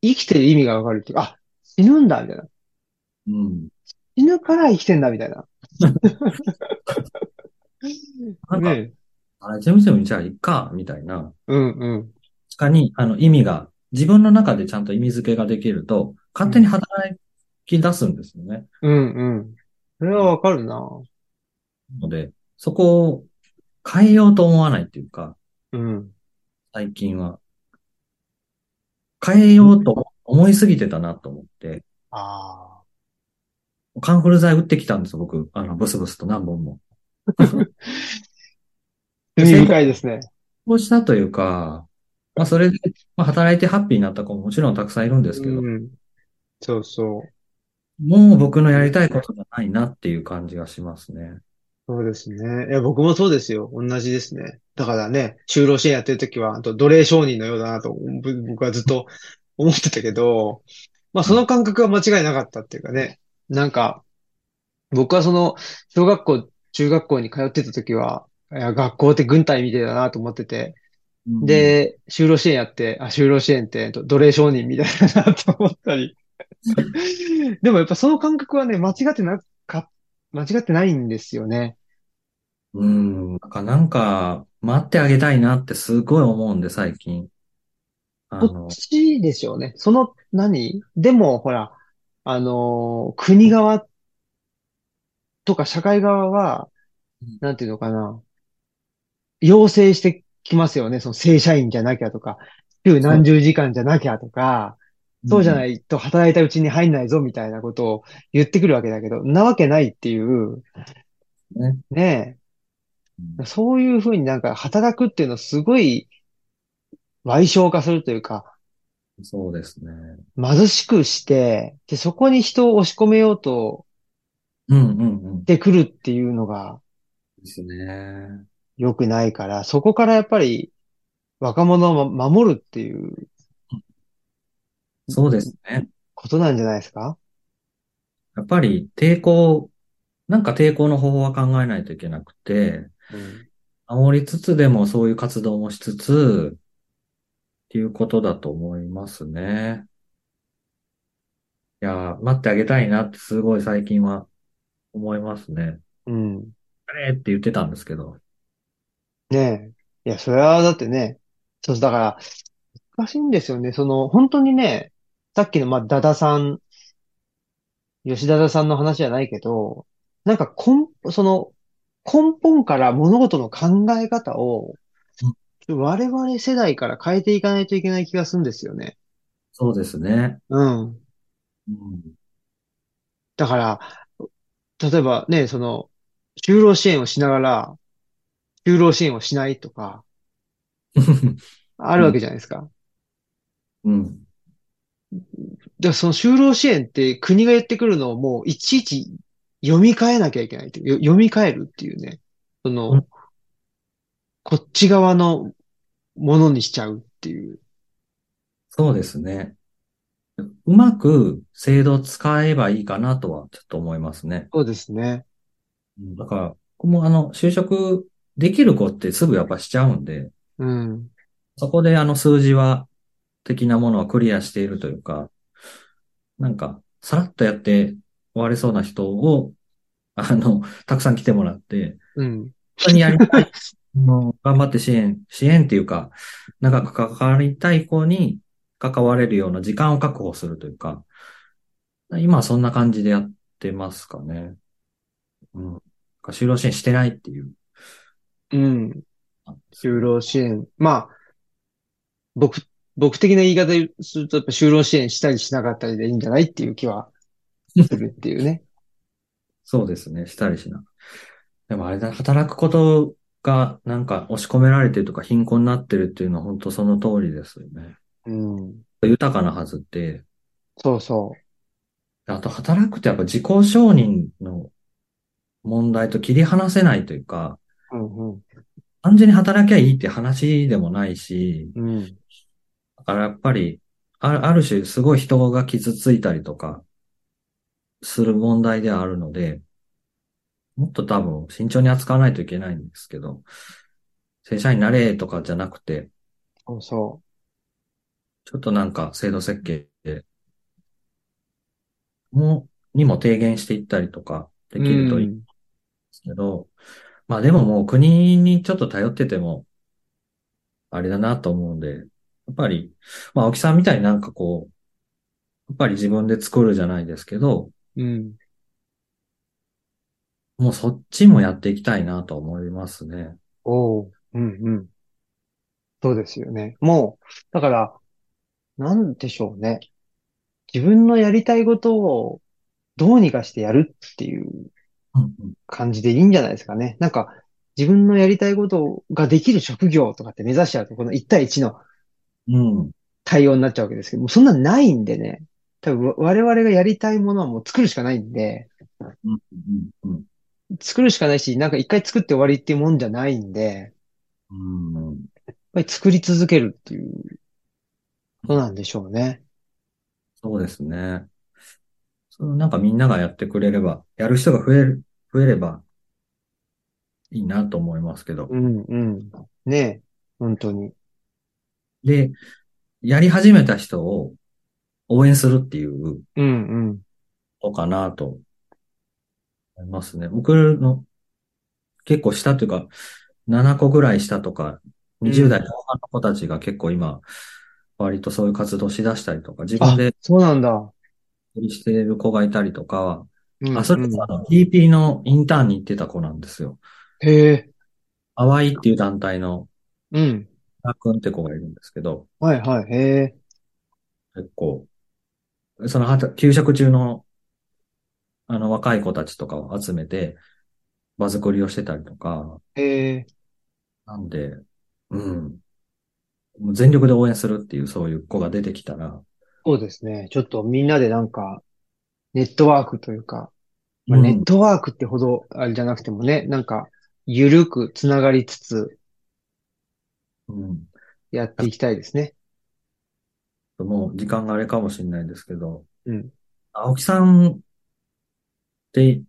S1: 生きてる意味がわかるっていうか、あ、死ぬんだ、みたいな。
S2: うん。
S1: 死ぬから生きてんだ、みたいな。
S2: なんか、
S1: ね。
S2: あれ、ジェームスでもじゃあいいか、みたいな。
S1: うん、うん。
S2: 確かに、あの、意味が、自分の中でちゃんと意味付けができると、勝手に働き出すんですよね。
S1: うん、うん。それはわかるな。
S2: ので、そこを変えようと思わないっていうか、
S1: うん。
S2: 最近は。変えようと思いすぎてたなと思って、
S1: あ
S2: カンフル剤打ってきたんですよ、僕。あの、ブスブスと何本も。
S1: あ。意味深いですね。
S2: こうしたというか、まあ、それで、まあ、働いてハッピーになった子ももちろんたくさんいるんですけど、
S1: うん。そうそう。
S2: もう僕のやりたいことじゃないなっていう感じがしますね。
S1: そうですね。いや、僕もそうですよ。同じですね。だからね、就労支援やってるときは、あと奴隷商人のようだなと、ぶ僕はずっと思ってたけど、まあその感覚は間違いなかったっていうかね。なんか、僕はその、小学校、中学校に通ってたときは、いや、学校って軍隊みたいだなと思ってて、で、就労支援やって、あ、就労支援って、奴隷商人みたいだなと思ったり。でもやっぱその感覚はね、間違ってなか、間違ってないんですよね。
S2: うん、なんか、なんか、待ってあげたいなってすごい思うんで、最近。あ
S1: こ
S2: の
S1: っ、ちでしょうね。その、何でも、ほら、あのー国側とか社会側は
S2: うん、。
S1: なんていうのかな。要請してきますよね。その正社員じゃなきゃとか、週何十時間じゃなきゃとか、そうじゃないいと働いたうちに入んないぞみたいなことを言ってくるわけだけど、なわけないっていう、
S2: ね
S1: ねえ、そういうふうになんか働くっていうのはすごい歪償化するというか、
S2: そうですね。
S1: 貧しくして、で、そこに人を押し込めようと
S2: うんうんうん
S1: し。てくるっていうのが
S2: ですね。
S1: 良くないから、そこからやっぱり、若者をま守るっていう
S2: そうですね。
S1: ことなんじゃないですか
S2: やっぱり抵抗、なんか抵抗の方法は考えないといけなくて、守りつつでもそういう活動もしつつ、っていうことだと思いますね。いやー、待ってあげたいなってすごい最近は思いますね。
S1: うん。うん。
S2: あれって言ってたんですけど。
S1: ねえ。いや、それはだってね、そう、だから、難しいんですよね。その、本当にね、さっきの、まあ、ダダさん、吉田ダさんの話じゃないけど、なんか、こん、その、根本から物事の考え方を
S2: うん、
S1: 我々世代から変えていかないといけない気がするんですよね。
S2: そうですね。
S1: うん。
S2: うん。
S1: だから、例えばね、その、就労支援をしながら、就労支援をしないとか、あるわけじゃないですか。
S2: うん。
S1: だからその就労支援って国が言ってくるのをもういちいち読み替えなきゃいけないっていう、よ読み替えるっていうね。そ
S2: うん
S1: の、こっち側のものにしちゃうっていう。
S2: そうですね。うまく制度を使えばいいかなとはちょっと思いますね。
S1: そうですね。
S2: うんだから、僕もあの、就職できる子ってすぐやっぱしちゃうんで、
S1: うん。
S2: そこであの数字は、的なものはクリアしているというか、なんか、さらっとやって終われそうな人を、あの、たくさん来てもらって、
S1: うん。
S2: 本当にやりたい。もう頑張って支援、支援っていうか、長く関わりたい子に関われるような時間を確保するというか、今はそんな感じでやってますかね。うん。就労支援してないっていう。
S1: うん。就労支援。まあ、僕、僕的な言い方すると、やっぱ就労支援したりしなかったりでいいんじゃないっていう気はするっていう ね。
S2: そうですね。したりしな。でもあれだ、働くことがなんか押し込められてるとか貧困になってるっていうのは本当その通りですよね。
S1: うん。
S2: 豊かなはずで、
S1: そうそ
S2: あと働くってやっぱ自己承認の問題と切り離せないというか、
S1: う。うんうん。
S2: 単純に働きゃいいって話でもないし、
S1: うん。
S2: だからやっぱり、あある種すごい人が傷ついたりとか、する問題ではあるので、もっと多分慎重に扱わないといけないんですけど、正社員になれとかじゃなくて、
S1: そうそ
S2: ちょっとなんか制度設計でも、にも提言していったりとか
S1: う。
S2: できるといい
S1: うん
S2: ですけど、まあでももう国にちょっと頼ってても、あれだなと思うんで、やっぱり、まあ青木さんみたいになんかこう、やっぱり自分で作るじゃないですけど、
S1: うん。
S2: もうそっちもやっていきたいなと思いますね。
S1: おう。うんうん。そうですよね。もう、だから、なんでしょうね。自分のやりたいことをどうにかしてやるっていう
S2: うんうん
S1: 感じでいいんじゃないですかね。なんか、自分のやりたいことができる職業とかって目指しちゃうと、この1対1の
S2: うん。
S1: 対応になっちゃうわけですけど、もうそんなのないんでね。多分、我々がやりたいものはもう作るしかないんで、
S2: うん。うん。
S1: 作るしかないし、なんか一回作って終わりっていうもんじゃないんで、やっ
S2: うん。うん
S1: ぱり作り続けるっていうことなんでしょうね。
S2: そうですね。そのなんかみんながやってくれれば、やる人が増える、増えればいいなと思いますけど。
S1: うん、うん。ねえ、本当に。
S2: で、やり始めた人を応援するっていう
S1: うん、うん。
S2: のかなと思いますね。僕の結構下というか、7個ぐらい下とか、
S1: う
S2: 20
S1: ん
S2: 代後半の子たちが結構今、割とそういう活動しだしたりとか、自分
S1: あ
S2: で、
S1: そうなんだ。
S2: してる子がいたりとかは、
S1: うん、
S2: あ、それ
S1: うん
S2: こそあの EP のインターンに行ってた子なんですよ。
S1: へえ、
S2: アワイっていう団体の、
S1: うん。
S2: あくんって子がいるんですけど、
S1: はい、はい、へえ。
S2: 結構、そのはた、給食中の、あの、若い子たちとかを集めて、場作りをしてたりとか、
S1: へえ。
S2: なんで、うん。もう全力で応援するっていう、そういう子が出てきたら、
S1: そうですね。ちょっとみんなでなんか、ネットワークというか、まあ
S2: うん
S1: ネットワークってほどあれじゃなくてもね、なんか、ゆるくつながりつつ、
S2: うん。
S1: やっていきたいですね。
S2: もう時間があれかもしれないですけど、
S1: うん。
S2: 青木さんって、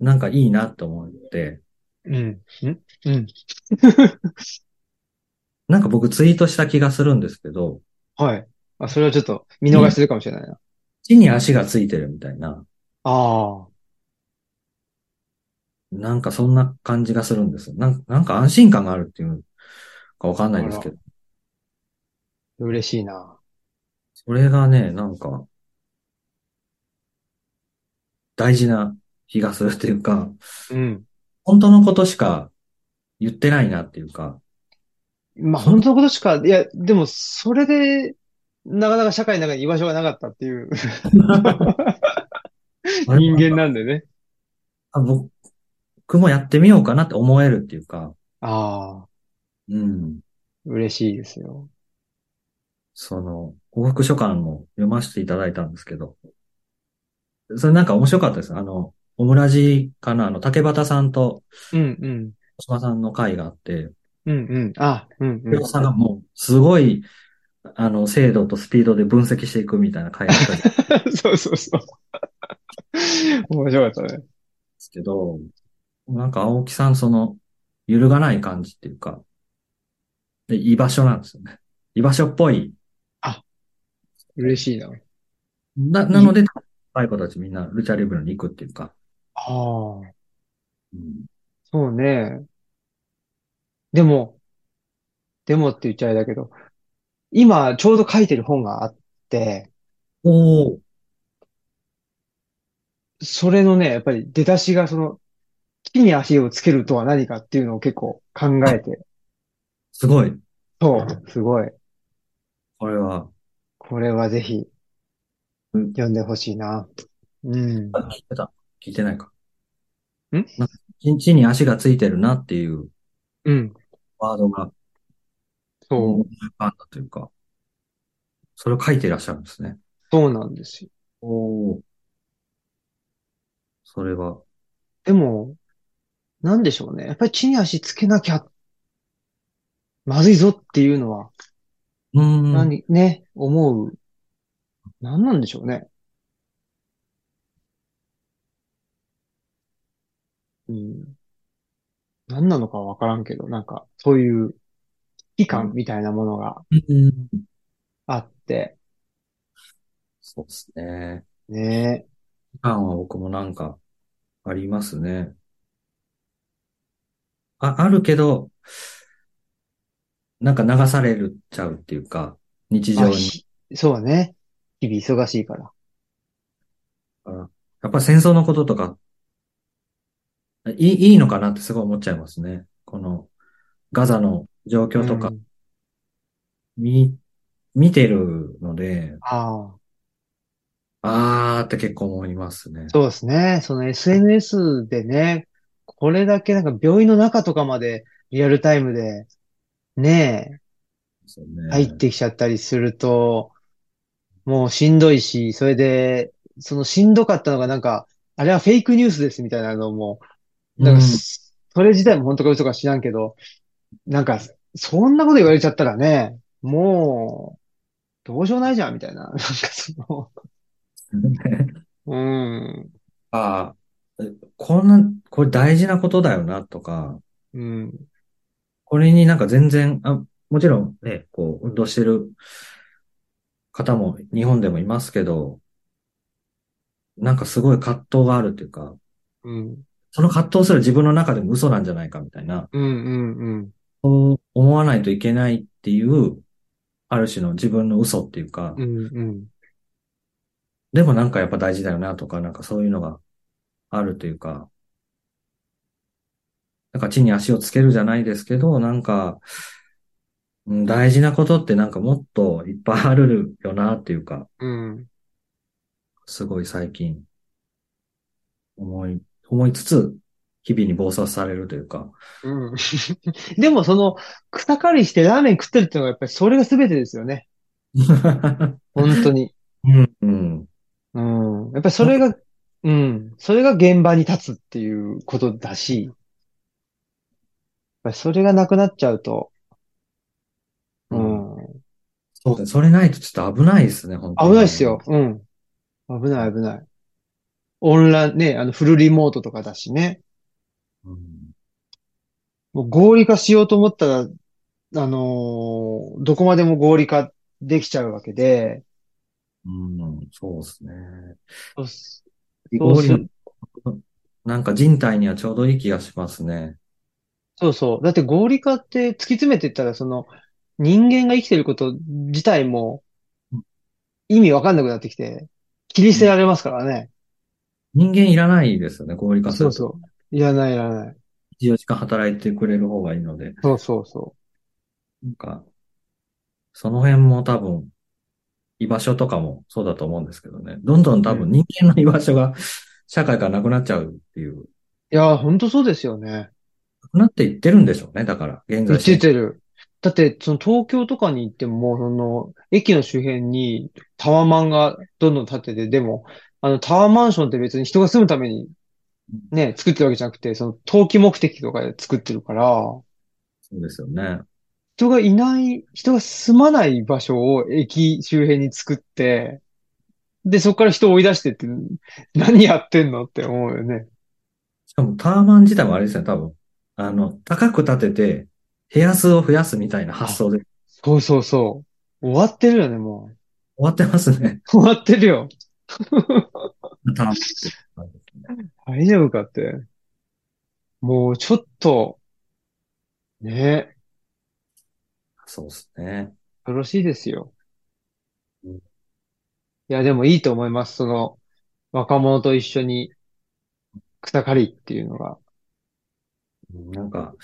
S2: なんかいいなと思って、
S1: うん。うん。うん。
S2: なんか僕ツイートした気がするんですけど、
S1: はい。あ、それはちょっと見逃してるかもしれないな。
S2: 地に足がついてるみたいな、
S1: ああ。
S2: なんかそんな感じがするんです。なんなんか安心感があるっていうかわかんないですけど、
S1: 嬉しいな。
S2: それがね、なんか、大事な気がするっていうか、
S1: うん。
S2: 本当のことしか言ってないなっていうか、
S1: まあ、本当のことしか、いや、でも、それで、なかなか社会の中に居場所がなかったっていう 人間なんでね。
S2: あ僕もやってみようかなって思えるっていうか、
S1: ああ、
S2: うん。
S1: 嬉しいですよ。
S2: その、幸福書簡も読ませていただいたんですけど、それなんか面白かったです。あの、オムラジかな、あの、竹端さんと
S1: うん、うん。
S2: 小島さんの会があって、
S1: うん、うん。あ、うん、
S2: 小
S1: う
S2: 島さんがもう、すごい、あの、精度とスピードで分析していくみたいな会があったんで
S1: ん。 そうそうそう。面白かったね。
S2: すけど、 なんか青木さん、その、揺るがない感じっていうか、で居場所なんですよね。居場所っぽい
S1: 嬉しいな。
S2: な、なので、若い子たちみんなルチャリブロに行くっていうか、
S1: ああ。
S2: うん、
S1: そうね。でも、でもって言っちゃあれだけど、今ちょうど書いてる本があって、
S2: おー
S1: それのね、やっぱり出だしがその、木に足をつけるとは何かっていうのを結構考えて、
S2: すごい。
S1: そう、すごい。
S2: これは、
S1: これはぜひ
S2: うん
S1: 読んでほしいな。うん。
S2: 聞いてた聞いてないか。
S1: ん
S2: なんか一日に足がついてるなっていう
S1: うん。
S2: ワードが、
S1: そう、
S2: あったというか、それを書いていらっしゃるんですね。
S1: そうなんですよ。
S2: おお。それは、
S1: でも、なんでしょうね。やっぱり地に足つけなきゃ、まずいぞっていうのは、
S2: うーん。
S1: 何、ね、思う。何なんでしょうね。うん。何なのかわからんけど、なんか、そういう危機感みたいなものが
S2: うん
S1: あって、
S2: そうですね。
S1: ね
S2: 期間は僕もなんか、ありますね。あ、あるけど、なんか流されるちゃうっていうか、日
S1: まあ
S2: 常に。
S1: ひそうだね。日々忙しいから。
S2: やっぱ戦争のこととか、いい、いいのかなってすごい思っちゃいますね。この、ガザの状況と
S1: う
S2: か、
S1: ん
S2: 見、見てるので、
S1: ああ、
S2: あーって結構思いますね。
S1: そうですね。その SNS でね、これだけなんか病院の中とかまでリアルタイムで、ねえ、
S2: そうね。
S1: 入ってきちゃったりすると、もうしんどいし、それで、そのしんどかったのがなんか、あれはフェイクニュースですみたいなのも、なんか、
S2: うん
S1: それ自体も本当か嘘か知らんけど、なんか、そんなこと言われちゃったらね、もう、どうしようないじゃんみたいな。なんかその、うん、
S2: ああ、えこんな、これ大事なことだよなとか、
S1: うん、
S2: これになんか全然、あ、もちろんね、こう、運動してる方も日本でもいますけど、なんかすごい葛藤があるっていうか、
S1: うん、
S2: その葛藤すら自分の中でも嘘なんじゃないかみたいな、
S1: うん、うん、うん、
S2: そう思わないといけないっていう、ある種の自分の嘘っていうか
S1: う、ん、うん。
S2: でもなんかやっぱ大事だよなとか、なんかそういうのがあるというか、なんか地に足をつけるじゃないですけど、なんか、うん大事なことってなんかもっといっぱいあるよなっていうか、
S1: うん
S2: すごい最近、思い、思いつつ、日々に暴殺されるというか、
S1: うんでもその、草刈りしてラーメン食ってるってのがやっぱりそれが全てですよね。本当に。
S2: うん、うん、
S1: うん。やっぱりそれが、うん。それが現場に立つっていうことだし、やっぱりそれがなくなっちゃうと、
S2: うそうです。それないとちょっと危ないですね、本当
S1: 危
S2: に。
S1: ないっすよ。。うん。危ない危ない。オンラインね、あの、フルリモートとかだしね。
S2: うん、
S1: もう合理化しようと思ったら、あのーどこまでも合理化できちゃうわけで、
S2: うん、そうですね。
S1: そうっす
S2: 合理のなんか人体にはちょうどいい気がしますね。
S1: そうそう。だって合理化って突き詰めていったら、その、人間が生きてること自体も
S2: うん、
S1: 意味わかんなくなってきて、切り捨てられますからね。
S2: 人間いらないですよね、合理化す
S1: そう
S2: ると。
S1: そう。いらないいらない。
S2: 14時間働いてくれる方がいいので、
S1: そうそうそ
S2: なんか、その辺も多分、居場所とかもそうだと思うんですけどね。どんどん多
S1: うん
S2: 分人間の居場所が社会からなくなっちゃうっていう、
S1: う。いやー、ほんとそうですよね。
S2: なくなっていってるんでしょうね、だから、現在
S1: 言っててる。だって、その東京とかに行っても、その、駅の周辺にタワマンがどんどん建ってて、でも、あの、タワーマンションって別に人が住むためにね、作ってるわけじゃなくて、その、投機目的とかで作ってるから、
S2: そうですよね。
S1: 人がいない、人が住まない場所を駅周辺に作って、で、そこから人を追い出してって、何やってんのって思うよね。
S2: しかもタワマン自体もあれですよね、多分。あの、高く建てて、部屋数を増やすみたいな発想で終
S1: そうそうそう。終わってるよね、も
S2: わってます ね。
S1: う。終わってるよ。
S2: タワマン
S1: 大丈夫かって。もうちょっと、ね、
S2: そうですね。
S1: よろしいですよ。
S2: うん
S1: いや、でもいいと思います。その、若者と一緒に草刈りっていうのが。
S2: うんなんか、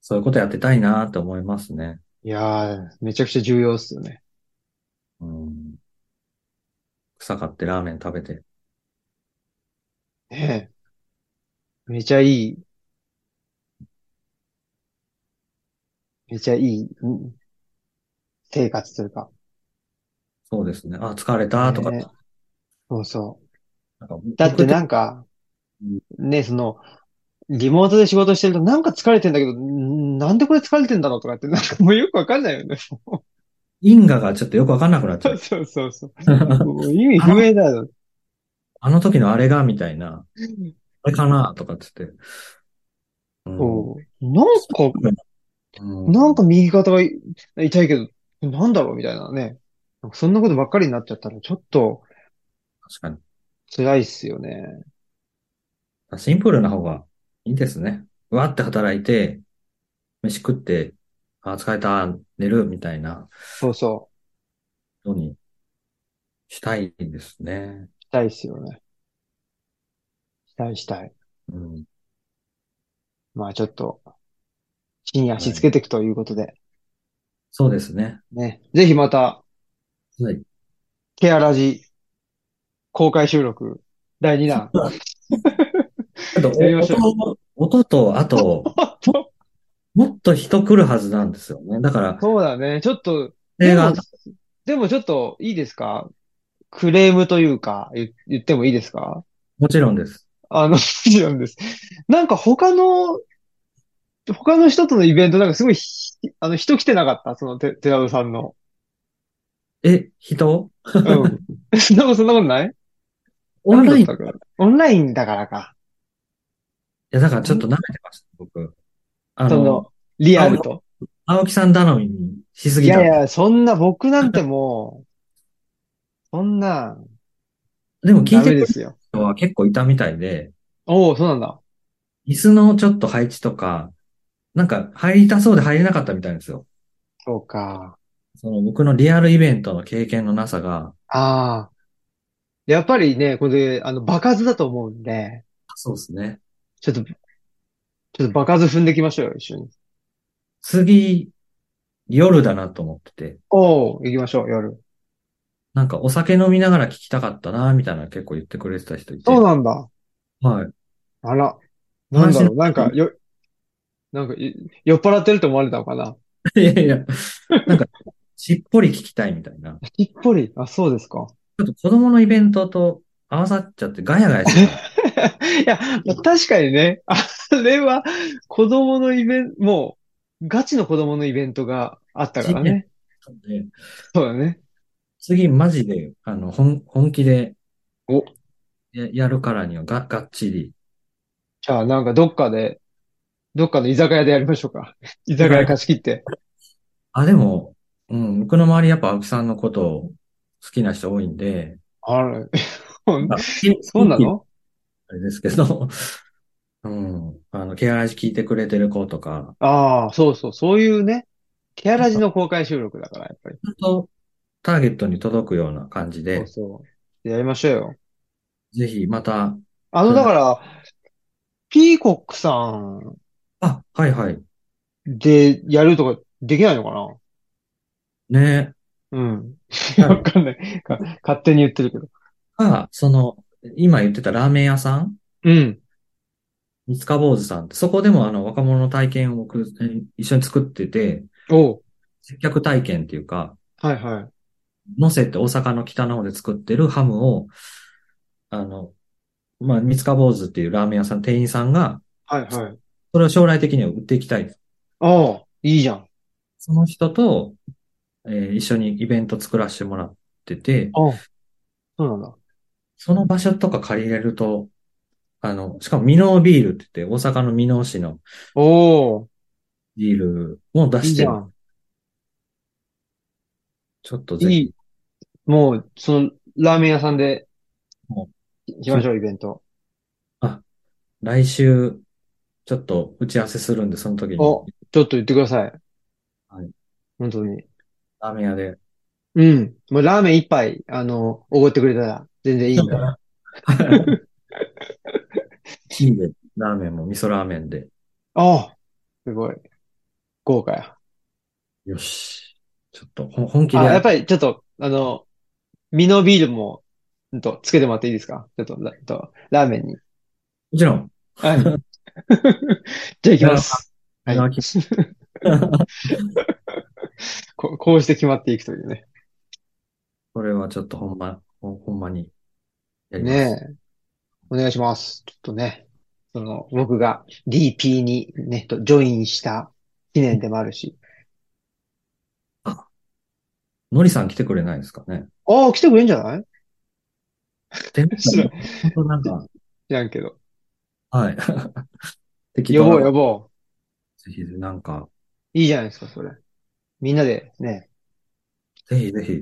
S2: そういうことやってたいなって思いますね。
S1: いやー、めちゃくちゃ重要ですよね。
S2: うん。草買ってラーメン食べて。
S1: ねえ。めちゃいい。めちゃいい、うん生活というか。
S2: そうですね。あ、疲れたとか。
S1: ねそうそう。
S2: なんか
S1: だってなんか
S2: うん、
S1: ね、その、リモートで仕事してるとなんか疲れてんだけど、んなんでこれ疲れてんだろうとかってなんかもうよくわかんないよね。 も
S2: 因果がちょっとよくわかんなくなっちゃ
S1: う
S2: う。
S1: そうそう そう。もう意味不明だよ。
S2: あの時のあれが、みたいな。あれかなとかっつって。うん
S1: そうなんか、
S2: うん
S1: なんか右肩がい痛いけど、なんだろうみたいなね。なんかそんなことばっかりになっちゃったら、ちょっと
S2: 確かに。
S1: 辛いっすよね。
S2: シンプルな方がいいですね。うわって働いて、飯食って、あ、疲れた、寝る、みたいな
S1: そうそ
S2: のにしたいですね。
S1: う。したいっすよね。したいしたい。
S2: うん。
S1: まあちょっと、地に足つけていくということで、
S2: そうですね。
S1: ね。ぜひまた、
S2: はい。
S1: ケアラジ、公開収録、第2弾。
S2: あと、
S1: やりましょ
S2: 音、音と、あと、 もっと人来るはずなんですよね。だから、
S1: そうだね。ちょっと、
S2: 映
S1: で
S2: 画
S1: も、でもちょっと、いいですかクレームというか、言言ってもいいですか
S2: もちろんです。
S1: あの、もちろんです。なんか他の、他の人とのイベントなんかすごいひ、あの、人来てなかったその、て、寺田さんの。
S2: え、人
S1: うん。なんかそんなことない
S2: オンライン
S1: なんだったかオンラインだからか。
S2: いや、だからちょっと舐めてました、僕。あ
S1: そ
S2: の、
S1: の、リアルと。
S2: 青木さん頼みにしす
S1: い
S2: ぎた。
S1: やいや、そんな、僕なんてもう、そんな、
S2: でも聞い
S1: ダ
S2: て
S1: メ
S2: く
S1: で
S2: る
S1: すよ。
S2: 人は結構いたみたいで、
S1: おお、そうなんだ。
S2: 椅子のちょっと配置とか、なんか入りたそうで入れなかったみたいなんですよ。
S1: そうか。
S2: その僕のリアルイベントの経験のなさが、
S1: ああ。やっぱりね、これ、あの、爆発だと思うんで、
S2: そうですね。
S1: ちょっと、ちょっと爆発踏んできましょうよ、一緒に。
S2: 次、夜だなと思ってて、
S1: おお、行きましょう、夜。
S2: なんかお酒飲みながら聞きたかったな、みたいな結構言ってくれてた人いて。
S1: そうなんだ。
S2: はい。
S1: あら。なんだろう、
S2: 話の
S1: なんか、よ、なんかい、酔っ払ってると思われたのかな。
S2: い やいや、なんか、しっぽり聞きたいみたいな。
S1: しっぽり。あ、そうですか。
S2: ちょっと子供のイベントと合わさっちゃってガヤガヤし てた。
S1: いや、確かにね、あれは、子供のイベント、もう、ガチの子供のイベントがあったからね。
S2: ったんで、
S1: そうだね。
S2: 次マジで、あの、本、本気で
S1: お、
S2: ややるからにはが、がっちり。
S1: じゃあ、なんかどっかで、どっかの居酒屋でやりましょうか。居酒屋貸し切って。
S2: あ、でも、うん、僕の周りやっぱ青木さんのことを好きな人多いんで、
S1: あら、ほん
S2: あ
S1: そうなの
S2: あれですけど、 うん、あの、ケアラジ聞いてくれてる子とか、
S1: ああ、そうそう、そういうね、ケアラジの公開収録だから、やっぱり。
S2: ちゃんとターゲットに届くような感じ
S1: そう
S2: で、
S1: そう。やりましょうよ。
S2: ぜひまた、
S1: あの、だから、ピーコックさん
S2: あ、はいはい。
S1: でやるとかできないのかな
S2: ね。
S1: うん。
S2: はい
S1: わかんない。か勝手に言ってるけど。
S2: が、その、今言ってたラーメン屋さん、
S1: うん。
S2: 三塚坊主さんって、そこでもあの若者の体験を僕え一緒に作ってて、
S1: おう。
S2: 接客体験っていうか、
S1: はいはい。
S2: のせって大阪の北の方で作ってるハムを、あの、まあ、三塚坊主っていうラーメン屋さん店員さんが、
S1: はいはい。
S2: それを将来的には売っていきたい。
S1: ああ、いいじゃん。
S2: その人と、えー一緒にイベント作らせてもらってて、
S1: ああ、そうなんだ。
S2: その場所とか借りれると、あの、しかもミノービールって言って、大阪のミノー市の
S1: おお、
S2: ビールも出
S1: いい
S2: し
S1: じ
S2: て
S1: ゃ
S2: る。
S1: ん。
S2: ちょっとぜ
S1: い
S2: ひ、
S1: い。もう、その、ラーメン屋さんで
S2: も、
S1: 行きましょう、イベント。
S2: 来週、ちょっと打ち合わせするんで、その時に、
S1: おちょっと言ってください。
S2: はい。
S1: 本当に。
S2: ラーメン屋で。
S1: うん。もうラーメン一杯、あの、おごってくれたら、全然いいんだ。
S2: いいで、ラーメンも味噌ラーメンで。
S1: ああ、すごい。豪華や。
S2: よし。ちょっと、ほ本気
S1: あ、
S2: で
S1: やっぱりちょっと、あの、ミノビールも、うんと、つけてもらっていいですかちょっと、ラとラーメンに。
S2: もちろん。
S1: はい。じゃあ行きます。
S2: いただき
S1: はい。 ここうして決まっていくというね。
S2: これはちょっとほんま、ほんほんまにやります。
S1: ねえ。お願いします。ちょっとね、その、僕が DP にね、とジョインした記念でもあるし。
S2: のりさん来てくれないですかね。
S1: ああ、来てくれんじゃない
S2: 天
S1: 知らん
S2: 本当な んか、
S1: 知らんけど。
S2: はい。適
S1: 呼
S2: 当な
S1: ぼう呼ぼ
S2: ぜひ、なんか、
S1: う。いいじゃないですか、それ。みんなでね、
S2: ぜひぜひ、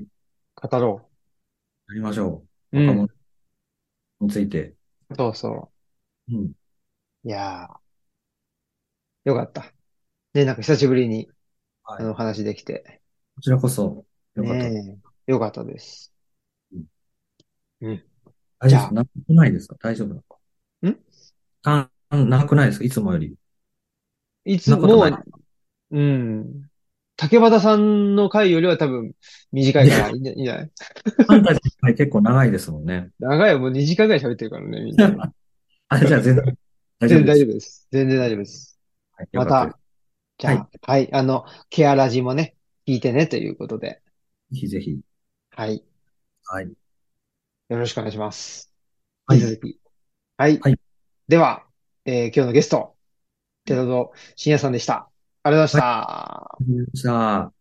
S2: や
S1: 語ろ
S2: りましょ
S1: う。
S2: う。
S1: う
S2: 若
S1: ん
S2: 者。について。
S1: そうそ
S2: うん。
S1: う。いやー。よかった。ね、なんか久しぶりに、
S2: はい
S1: あの、お話できて。
S2: こちらこそ、よかった。
S1: ねえよかったです。
S2: 大
S1: じ
S2: 丈
S1: ゃあ
S2: 夫なくないですか大丈夫なのか
S1: ん
S2: あ、長くないですかいつもより。
S1: いつ
S2: そんなこと
S1: も、
S2: ないう
S1: うん。竹端さんの回よりは多分短いからいいんじゃいいんじゃ ない
S2: ファンタジーはい結構長いですもんね。
S1: 長いよ、もう2時間ぐらい喋ってるからね、みんな。
S2: あ、じゃあ全然、
S1: 全
S2: 大丈
S1: 然
S2: 夫で
S1: 大
S2: す。
S1: 丈夫です。全然大丈夫です。
S2: はい
S1: ま、
S2: よかった
S1: じゃあ、はい、あの、ケアラジもね、聞いてねということで、
S2: ぜひぜひ。
S1: はい、
S2: はい。
S1: よろしくお願いします。
S2: はい
S1: 引き続き。はい。
S2: はい
S1: では、えー今日のゲスト、寺戸信也さんでした。ありがとうございました。
S2: じゃあ。